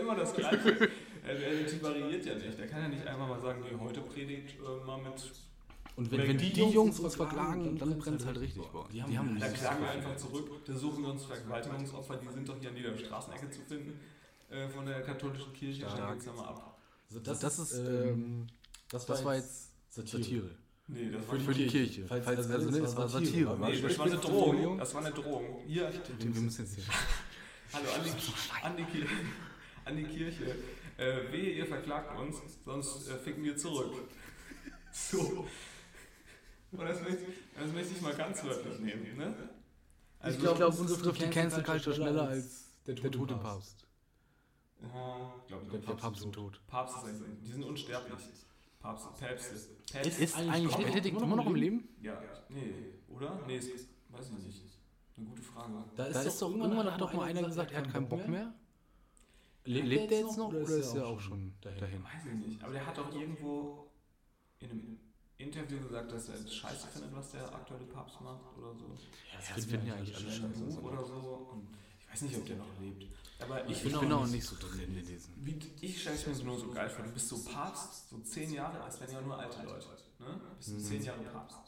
C: immer das Gleiche. Äh, Der, der Typ variiert ja nicht. Der kann ja nicht einfach mal sagen, nee, heute predigt äh, mal mit
E: Und wenn, wenn die Jungs uns verklagen, dann brennt es halt richtig bei uns. Die haben
C: Da
E: nicht so
C: klagen wir
E: viel.
C: einfach zurück, da suchen wir uns Vergewaltigungsopfer, die sind doch hier an jeder Straßenecke zu finden, äh, von der katholischen Kirche, dann geht's ja mal ab.
F: Also
E: Das, das ist, ähm,
F: das,
E: das war jetzt Satire.
C: Nee, das war,
E: Für, für die Kirche. Falls, also, nee, das war Satire.
C: nee, das war eine Drohung, das war eine Drohung. Hier,
E: Wir müssen jetzt hier.
C: hallo, an die, an die Kirche. An die Kirche. Äh, wehe, ihr verklagt uns, sonst äh, ficken wir zurück. So. Und das möchte, das möchte ich mal ganz wörtlich nehmen, ne? Also,
E: glaube, uns trifft die Cancel Culture schneller als der tote Papst.
C: Ja, ich glaub,
E: Der Papst ist tot.
C: Papst ist ein, die sind unsterblich. Papst, Päpste.
E: Ist,
C: Päpste.
E: ist eigentlich Benedikt immer noch im Leben?
C: Ja, nee, oder? Nee, es- weiß ich nicht. Eine gute Frage.
E: Da ist doch irgendwann hat doch mal einer gesagt, er hat keinen Bock mehr. Le- Lebt der jetzt noch oder ist er auch schon dahin?
C: Weiß ich nicht. Aber der hat doch irgendwo in einem Interview gesagt, dass er es scheiße findet, was der aktuelle Papst macht oder so.
E: Das finden ja eigentlich alle scheiße.
C: Tabu oder so. Und ich weiß nicht, ob der noch lebt. Aber ich,
E: Ich bin auch nicht so drin in diesen.
C: Wie, ich stelle es mir so nur so geil vor. Du bist so Papst, so zehn Jahre, als wären ja nur alte Leute. Ne? Bist du
E: Mhm.
C: zehn Jahre Papst.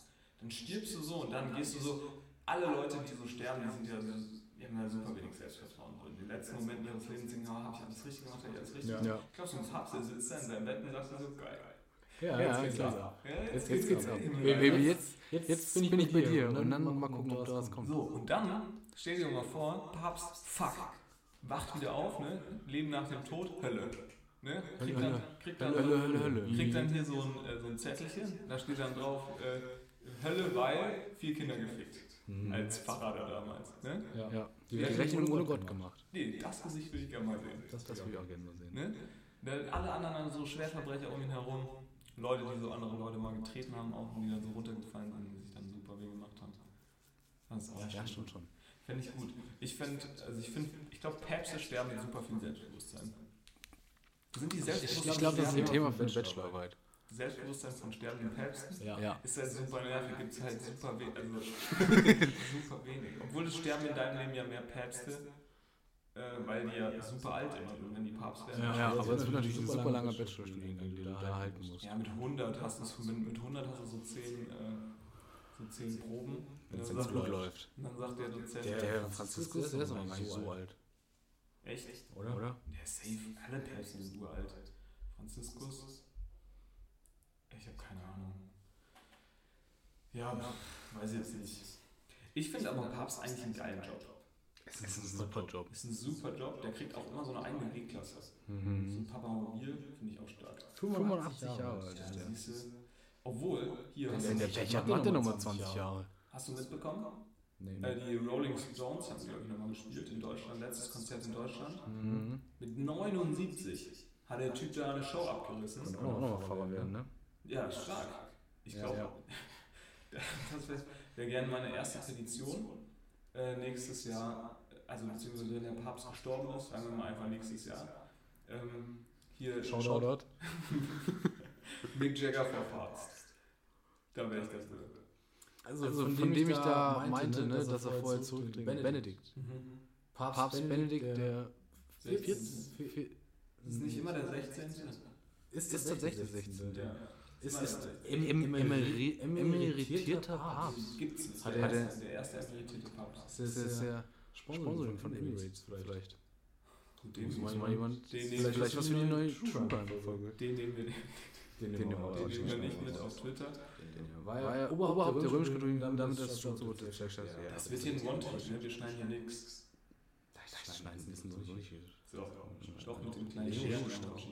C: Dann stirbst du so und dann gehst du so. Alle Leute, die so sterben, die sind ja so. Die haben ja super wenig Selbstvertrauen. Und im letzten Moment ihres Lebens denken, ah, habe ich alles richtig gemacht, habe ich alles richtig
D: Ja.
C: gemacht. Ich glaube, so ein Papst, der sitzt da in seinem Bett und sagt so, geil.
F: Ja,
E: Ja,
F: jetzt geht's
E: klar.
F: ab.
C: Ja,
F: Jetzt- jetzt geht's ab.
E: Baby,
C: Himmel.
E: Baby, jetzt,
F: Jetzt,
E: jetzt bin ich bei dir und dann mal gucken, ob da was kommt.
C: So, und dann stell dir mal vor, Papst, fuck, wacht wieder auf, ne? Leben nach dem Tod, Hölle. Ne? Kriegt dann, kriegt dann,
E: Hölle, Hölle, Hölle.
C: Kriegt dann hier so ein, äh, so ein Zettelchen, da steht dann drauf, äh, Hölle, weil vier Kinder gefickt.
E: Mhm.
C: Als Pfarrer da damals. Ne?
F: Ja.
E: Ja. Die
C: Die
E: Rechnung ohne Gott gemacht.
C: Nee, das Gesicht würde ich gerne mal sehen.
E: Das würde ich auch gerne mal sehen.
C: Ne? Da Alle anderen so Schwerverbrecher um ihn herum. Leute, die so andere Leute mal getreten haben, auch und die dann so runtergefallen sind und sich dann super weh gemacht haben. Das ist auch
E: Ja,
C: schön.
E: stimmt schon.
C: Fände ich gut. Ich finde, also ich finde, ich glaube, Päpste sterben mit super viel Selbstbewusstsein. Sind die Selbstbewusstsein,
E: Ich glaube, das ist ein Thema für eine Bachelorarbeit.
C: Selbstbewusstsein von sterbenden Päpsten?
F: Ja.
E: Ja.
C: Ist halt super nervig, gibt es halt super wenig. Also, super wenig. Obwohl es sterben in deinem Leben ja mehr Päpste, äh, weil die ja super alt immer sind, wenn die Papst werden.
E: Ja, aber es wird natürlich ein super langer Bachelorstudiengang, den du da halten musst.
C: Ja, mit 100 hast du es- mit, mit 100 hast du so 10, äh, so 10 Proben.
E: Wenn es
C: Und dann
E: gut
C: sagt-
E: läuft.
C: und dann sagt der Dozent,
E: Der Franziskus, der ist aber gar nicht so alt,
C: echt, echt,
E: oder?
C: Der ist safe. Alle Päpste sind uralt. Franziskus? Ich habe keine Ahnung. Ja, pff, weiß ich jetzt nicht. Ich finde aber Papst eigentlich einen geilen Job.
E: Es ist ein super Job.
C: Ist ein super Job. Der kriegt auch immer so eine eigene Mhm. G-Klasse. So ein Papa Mobil finde ich auch stark.
E: 85 Jahre alt
C: Ja,
E: ist der.
C: siehste, Obwohl, hier, hast
E: Wenn
C: du,
E: der Pech hat, macht der nochmal 20 Jahre.
C: hast du mitbekommen?
E: Nee,
C: Äh, die Rolling Stones haben, glaube ich, nochmal gespielt in Deutschland. Letztes Konzert in Deutschland.
E: Mhm.
C: Mit 79 hat der Typ da eine Show abgerissen.
E: Kann auch nochmal Fahrer werden, ne?
C: Ja, stark. Ich glaube, das wäre wär gerne meine erste Petition. Äh, nächstes Jahr, also beziehungsweise wenn der Papst gestorben ist, sagen wir mal einfach nächstes Jahr. Ähm, hier
E: Shoutout.
C: Mick Jagger vor Papst. Da wäre ich ganz wohl.
E: Also, von, dem ich da meinte, ne, dass er vorher zurückdringt. Benedikt. Papst, Benedikt, der
C: Sechzehn.
E: 14. vier-
C: Ist nicht immer der 16.
E: Ist, ist tatsächlich der 16.
C: Ja.
E: Ist,
C: Immer
E: ist
C: der 16..
E: em, em, emeri- emeritierter Papst.
C: Gibt's nicht.
E: Hat
C: der,
E: er-
C: erste, der erste emeritierte Papst.
E: Das ist ja Sponsoring von Emirates vielleicht.
C: Gut,
E: Muss
C: den,
E: mal jemand.
C: den- den-
E: Vielleicht, vielleicht was für die neue Trooper-Folge.
C: den nehmen wir, den
F: Den nehmen wir
C: nehmen wir nicht mit auf Twitter.
E: War ja Oberhaupt der römisch-katholischen damit das Schutzboot der Chefchef.
C: Das wird hier ein One-Take, ne? wir schneiden hier nichts.
E: Schneiden ist ein solche.
C: So, doch mit dem kleinen Scherenstrauch.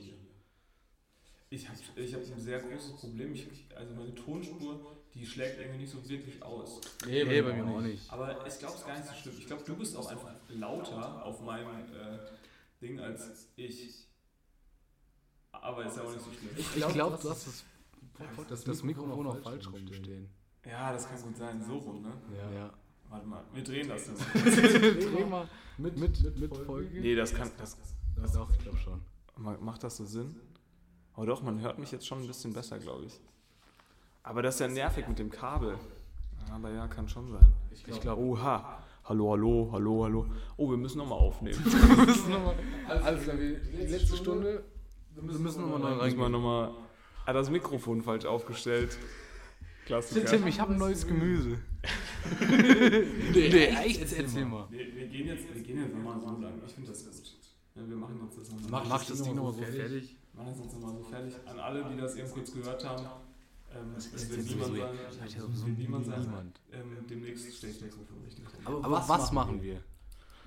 C: Ich habe ich hab ein sehr großes Problem. Ich, also meine Tonspur, die schlägt irgendwie nicht so wirklich aus.
E: Nee, bei mir auch nicht.
C: Aber ich glaube, es ist gar nicht so schlimm. Ich glaube, du bist auch einfach lauter auf meinem äh, Ding als ich. Aber ist ja auch nicht so schlimm.
E: Ich glaube, du hast das, das, das Mikrofon auch falsch rumstehen.
C: Ja, das kann gut sein. So rum, ne?
E: Ja.
C: Warte mal, wir drehen das dann.
E: Dreh mal mit, mit, mit Folge.
C: Nee, das kann. Das,
E: das auch, ich glaube schon.
C: Ma- Macht das so Sinn? Oh doch, man hört mich jetzt schon ein bisschen besser, glaube ich. Aber das ist ja nervig mit dem Kabel. Aber ja, kann schon sein. Ich glaube. Oha. Hallo, hallo, hallo, hallo. Oh, wir müssen nochmal aufnehmen.
E: Alles klar, Also, wir- letzte Stunde. Wir müssen nochmal neu
C: Muss man
E: reingehen.
C: nochmal. Ah, das Mikrofon falsch aufgestellt. Klassiker.
E: Tim, ich habe ein neues Gemüse. nee, echt? Jetzt erzähl mal.
C: Wir, wir gehen jetzt, wir gehen jetzt nochmal so lang. Ich finde das gut. Ja, wir machen jetzt das nochmal.
E: Mach das Ding nochmal so fertig.
C: Machen das jetzt nochmal so fertig. An alle, die das eben kurz gehört haben. Ähm, es wird niemand sein. Es wird niemand sein. Ähm, demnächst stehe ich das Mikrofon richtig.
E: Aber was, machen wir?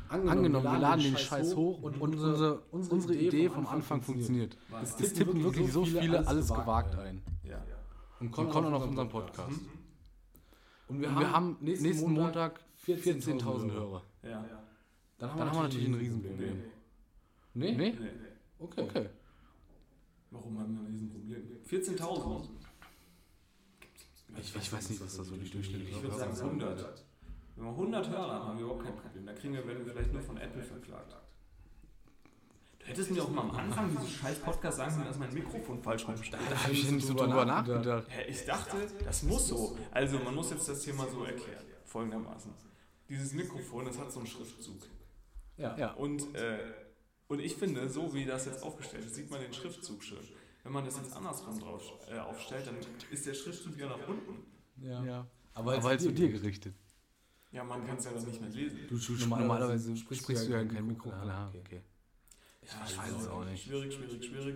E: Angenommen, wir laden den Scheiß hoch und unsere, unsere Idee vom Anfang funktioniert. Es, es tippen wirklich so viele alles gewagt ein.
C: Ja.
E: Und kommen auch noch auf unseren Podcast. Und wir, haben nächsten Montag 14.000 Hörer.
C: Ja.
E: Dann haben wir natürlich ein Riesenproblem. Nee? Nee?
C: Nee.
E: Okay. okay.
C: Warum haben wir ein Riesenproblem? 14.000.
E: Ich, ich weiß nicht, was da so die
C: Ich
E: durchschnittliche
C: würde sagen 100. Wenn wir 100 Hörer haben, haben wir überhaupt kein Problem. Da kriegen wir, wenn wir vielleicht nur von Apple verklagt. Du hättest mir auch mal am Anfang dieses scheiß Podcast sagen können, dass mein Mikrofon falsch rumsteht.
E: Da habe ich nicht so drüber nachgedacht.
C: Hä, Ich dachte, das muss so. Also man muss jetzt das hier mal so erklären. Folgendermaßen. Dieses Mikrofon, das hat so einen Schriftzug.
E: Ja. ja.
C: Und, äh, und ich finde, so wie das jetzt aufgestellt ist, sieht man den Schriftzug schön. Wenn man das jetzt andersrum drauf äh, aufstellt, dann ist der Schriftzug wieder nach unten.
E: ja. Aber, halt zu dir gerichtet.
C: Ja, man kann es ja dann nicht mehr lesen.
E: Du, normalerweise, sprichst du ja in kein Mikro. Ah, okay.
C: Ja,
E: weiß es auch nicht.
C: Schwierig, schwierig, schwierig.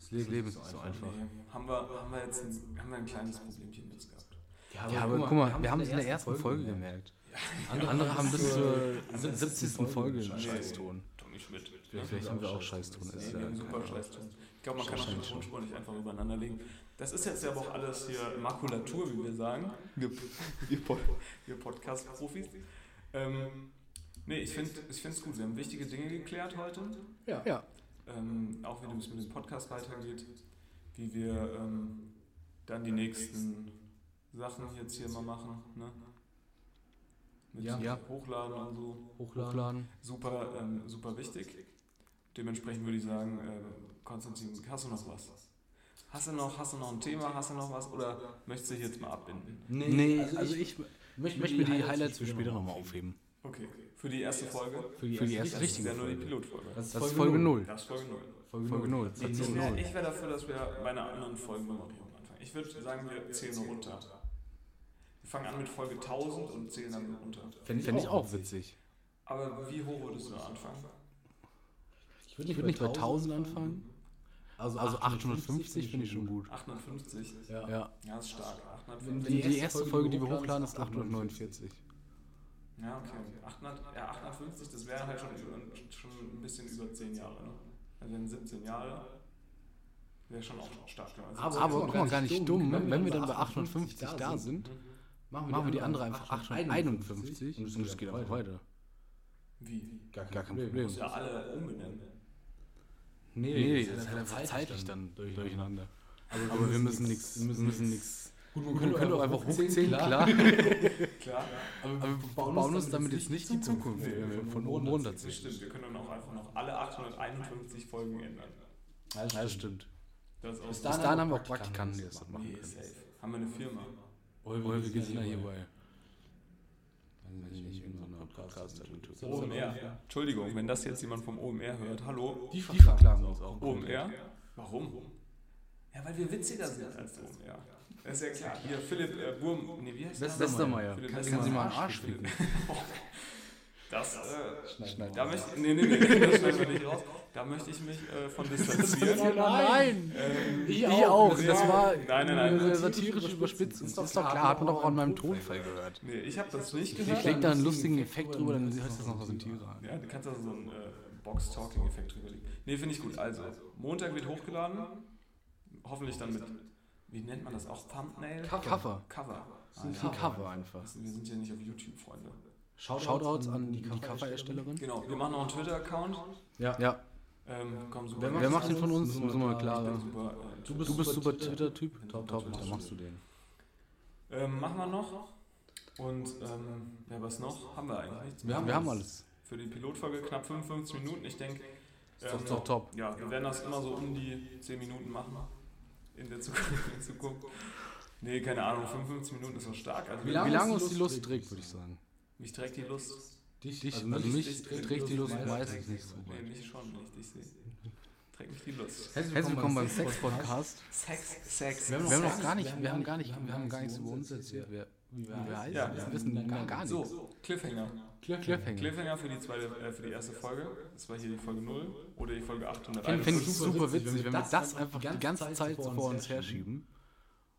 E: Das Leben, ist so einfach.
C: Nee. Haben, wir, haben wir jetzt ein, haben wir ein kleines Problemchen jetzt gehabt.
E: Ja, aber guck mal, wir haben es in der ersten Folge gemerkt. Andere, haben bis zur 70. Folge einen Scheißton.
C: Tommy Schmidt. Ja,
E: Vielleicht haben wir auch Scheißton. Ist
C: wir
E: ja
C: haben super Scheißton. Ich glaube, man kann auch die Tonspur nicht einfach übereinander legen. Das ist jetzt ja aber auch alles hier Makulatur, wie wir sagen. Wir, wir, Pod- wir Podcast-Profis. Ähm, nee, ich finde es gut. Wir haben wichtige Dinge geklärt heute.
E: ja. ja.
C: Ähm, auch wie es mit dem Podcast weitergeht. Wie wir ähm, dann die nächsten Sachen jetzt hier mal machen. Ne? Mit
E: Ja. Ja.
C: Hochladen und so
E: Hochladen.
C: super, ähm, super wichtig. Dementsprechend würde ich sagen, äh, Konstantin, hast du noch was? Hast du noch, hast du noch ein Thema, hast du noch was oder möchtest du dich jetzt mal abbinden?
E: Nee, also, ich, möchte mir die Highlights für später nochmal aufheben.
C: Okay, für die erste Folge,
E: Für die, erste
C: das ist
E: richtige
C: ja nur die
E: Folge.
C: Pilotfolge.
E: Das ist Folge 0.
C: Das ist Folge 0.
E: Folge 0.
C: Ich wäre ich wär dafür, dass wir bei einer anderen Folgennumerierung anfangen. Ich würde sagen, wir zählen runter. Wir fangen an mit Folge 1000 und zählen dann runter.
E: Fände ich auch witzig.
C: Aber wie hoch würdest du anfangen?
F: Ich würde
E: Ich würde nicht bei 1000 anfangen. Also, also 850 finde ich schon gut.
C: 58?
E: Ja.
C: Ja, ist stark. 850.
E: Wenn die, erste Folge, die wir hochladen, ist 849.
C: Ja, okay. 800, ja, 850, das wäre halt schon, über, schon ein bisschen über 10 Jahre. Ne? Also in 17 Jahre. wäre schon auch stark. Also
E: Aber, aber gar, gar nicht dumm, wenn, wir dann bei 850 da sind, machen wir die andere einfach 851 und das, genau und das geht einfach weiter.
C: wie?
F: Gar kein Problem.
E: Problem.
C: Ja, alle umbenennen.
E: Nee, nee, das ist halt einfach zeitlich dann durcheinander. Aber, wir müssen nichts, wir müssen nichts.
F: Gut,
E: Wir können auch einfach hochzählen, klar.
C: Klar,
E: Aber wir bauen uns damit jetzt nicht die Zukunft, wenn wir von oben
C: das
E: runterziehen.
C: stimmt. Wir können dann auch einfach noch alle 851 Folgen ändern.
E: Ja, das stimmt.
C: Das ist auch
E: Bis dahin haben wir auch Praktikanten, die das dann machen
C: nee,
E: können.
C: safe. Haben wir eine Firma?
E: Woher wir gesehen hier bei
C: OMR. Entschuldigung, wenn das jetzt jemand vom OMR hört. Hallo?
E: Die verklagen uns auch.
C: OMR? Warum? Ja, weil wir witziger sind als OMR. Das ist ja klar. Hier, Philipp äh, Burm. Nee, wie heißt der?
E: Westermeier.
C: Philipp
E: Kannst du sie mal
C: Westermeier.
E: am Arsch ficken?
C: Das, äh, da möchte, nee, nee, nee, das schneiden wir nicht raus. Da möchte ich mich äh, von distanzieren.
E: Nein!
C: Ähm,
E: Ich auch! Das war
C: Nein, nein, nein.
E: eine satirische Überspitzung. Ist doch klar, hat man doch auch an meinem Tonfall gehört.
C: nee, ich habe das nicht
E: Ich
C: gehört.
E: leg da einen lustigen Effekt drüber, dann hört das noch Satire an.
C: Ja, du kannst also so einen äh, Box-Talking-Effekt drüber legen. Nee, finde ich gut. Also, Montag wird hochgeladen. Hoffentlich dann mit. Wie nennt man das auch? Thumbnail?
E: Cover.
C: Cover. Ah,
E: Das ist ein Cover einfach.
C: Wir sind ja nicht auf YouTube, Freunde.
E: Shoutouts an die Covererstellerin.
C: Genau, wir machen noch einen Twitter-Account.
E: Ja,
C: Ähm, komm, super.
E: wer macht den von uns? Muss mal
C: Ich bin
E: klar.
C: super. Äh,
E: Du bist, super Twitter-Typ. Top, top, dann machst du den.
C: ähm, machen wir noch. Und ähm, ja, was noch? Haben wir eigentlich nichts
E: Wir haben, wir haben alles.
C: Für die Pilotfolge knapp 55 Minuten. Ich denke, ähm,
E: Top, top, top.
C: Ja, wir werden das immer so um die 10 Minuten machen. In der Zukunft. In Zukunft. Nee, keine Ahnung, 55 Minuten ist doch stark. Also,
E: Wie lange lang uns die Lust trägt, würde ich sagen.
C: Mich trägt die Lust.
E: Dich, also mich trägt die Lust meistens nicht so
C: Nee,
E: weit.
C: mich schon, wenn ich dich sehe. Trägt mich die Lust.
E: Herzlich willkommen beim Sex-Podcast.
C: Sex, Sex.
E: Wir haben noch gar nicht, wir haben gar nicht, wir haben gar nichts über uns erzählt. Wer, wie wir heißen,
C: Ja.
E: wir wissen gar, gar nichts.
C: So, Cliffhanger.
E: Cliffhanger.
C: Cliffhanger für die, zweite, äh, für die erste Folge. Das war hier die Folge 0 oder die Folge
E: Fände
C: 801.
E: fänd ich super witzig, Also, wenn wir das einfach die ganze Zeit so vor uns herschieben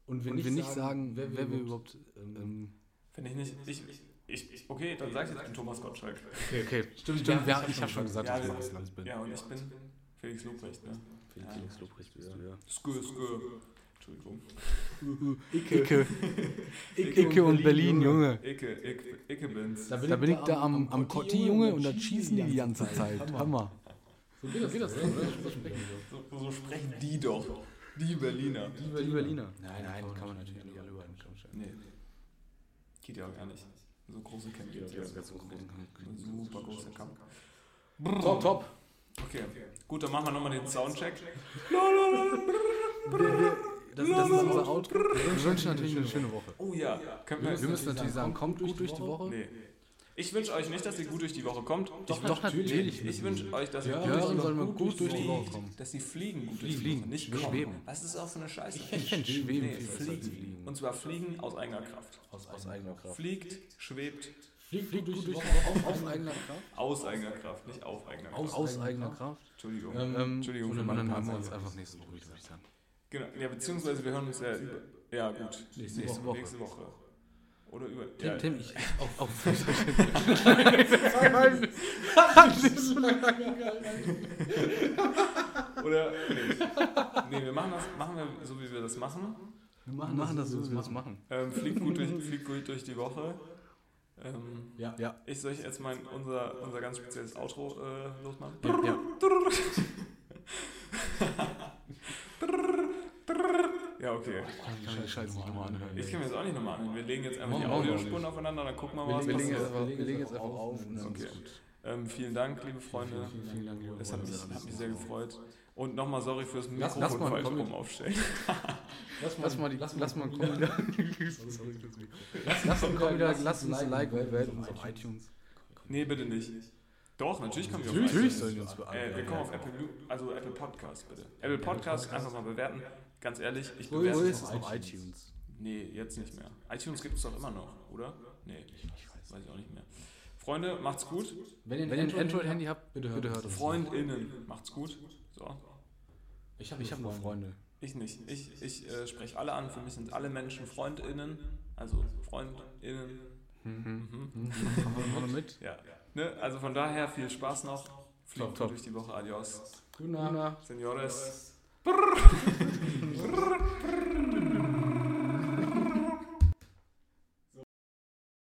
F: Und
E: und wir nicht sagen, wer wir überhaupt. Ähm,
C: Finde ich nicht. Ich, ich, ich, ich, okay, dann sag ich jetzt den Thomas Gottschalk.
E: okay, okay, stimmt, stimmt. Ja, ich habe schon gesagt,
C: Ja,
E: dass ich
C: wir-
E: was Landes bin.
C: Ja, und ich bin Felix Lobrecht. Ne? Felix
E: Lobrecht bist du, ja.
C: Skö, skö. Entschuldigung.
E: Icke. Icke und Berlin, Junge.
C: Icke, Icke, Icke bin's.
E: Da bin ich da am, am Kotti, Junge, und da schießen die die ganze Zeit. Hammer.
C: So, so sprechen die doch. Die Berliner.
E: Die Berliner. Nein, nein, kann man natürlich nicht alle übereinkommen.
C: Nee. Geht ja auch gar nicht. So große Kämpfe. Ja, super großer Kampf.
E: Top, top.
C: Okay, gut, dann machen wir nochmal den Soundcheck.
E: Das, das ist unser Outro. Wir wünschen natürlich eine schöne Woche.
C: Oh ja, können wir.
E: Wir müssen natürlich sagen, kommt gut durch die Woche.
C: Nee. Ich wünsche euch nicht, dass ihr gut durch die Woche kommt. Doch,
E: Doch, natürlich.
C: Ich wünsche euch, dass ihr
E: Wir hören sollen wir gut durch die Woche kommen.
C: dass die fliegen gut durch die
E: Fliegen,
C: Woche, nicht
E: schweben.
C: kommen. Was ist das auch für eine Scheiße?
E: Ich finde Schweben
C: Nee,
E: viel besser als Fliegen.
C: fliegen. Und zwar fliegen aus eigener Kraft.
E: Aus eigener Kraft.
C: Fliegt, schwebt,
E: Fliegt flieg durch die Woche auf eigener Kraft.
C: aus eigener Kraft, nicht auf eigener Kraft.
E: Aus, aus Ähm, eigener Kraft.
C: Entschuldigung. Entschuldigung
E: Entschuldigung,
C: für
E: und
C: meinen
E: dann hören wir uns
C: Parser.
E: einfach nächste Woche wieder. würde ich sagen.
C: Genau, ja, beziehungsweise wir hören uns ja über. Ja, gut. Nächste,
E: Woche.
C: Nächste Woche. Oder über. ja,
E: Tim, Tim, ich. Auf, auf.
C: Oder. Nee. nee, wir machen das machen wir so, wie wir das machen.
E: Wir machen das so, wie wir das machen.
C: Ähm, fliegt, gut durch, fliegt gut durch die Woche. Ähm,
E: Ja. Ja.
C: ich soll ich jetzt mein, unser, unser ganz spezielles Outro äh, losmachen?
E: ja.
C: Ja, okay.
E: Ich kann mir die Scheiße nicht nochmal anhören.
C: Ich kann mir das auch nicht nochmal anhören. Wir legen jetzt einfach die
E: Machen wir auch
C: Audiospuren aufeinander, dann gucken wir mal, was
E: Wir legen jetzt
C: passiert.
E: einfach, wir legen jetzt einfach auf und dann
C: Okay.
E: ist gut.
C: Ähm, vielen Dank, liebe Freunde.
E: Vielen Dank, liebe
C: Es hat mich, hat mich
E: Freunde.
C: sehr gefreut. Und nochmal sorry fürs
E: Lass-
C: Mikrofon
E: lass mal einen
C: falsch rum
E: Comment.
C: aufstellen.
E: Lass mal die, lass mal einen Kommentar. Lass lass einen Kommentar, lass uns ein Like und bewerten uns auf iTunes.
C: Nee, bitte nicht. Doch, natürlich können wir auf
E: Natürlich sollen wir uns
C: Äh, wir
E: beantworten.
C: kommen auf Apple, Mu- also Apple Podcast, bitte. Apple Podcast einfach mal bewerten. Ganz ehrlich, ich
E: Wo ist
C: bewerte
E: es auf iTunes?
C: Nee, jetzt nicht mehr. iTunes gibt es doch immer noch, oder? Nee, weiß ich auch nicht mehr. Freunde, macht's gut.
E: Wenn ihr ein Android-Handy habt, bitte hört es.
C: FreundInnen, macht's gut. So.
E: Ich habe ich hab nur Freunde.
C: Ich nicht. Ich, ich äh, spreche alle an. Für mich sind alle Menschen FreundInnen. Also FreundInnen. Mhm.
E: Machen wir mit.
C: Ja. Ne? Also von daher viel Spaß noch. Fliegt
E: Top, top.
C: durch die Woche. Adios.
E: Gute Nacht.
C: Senores. Brrr.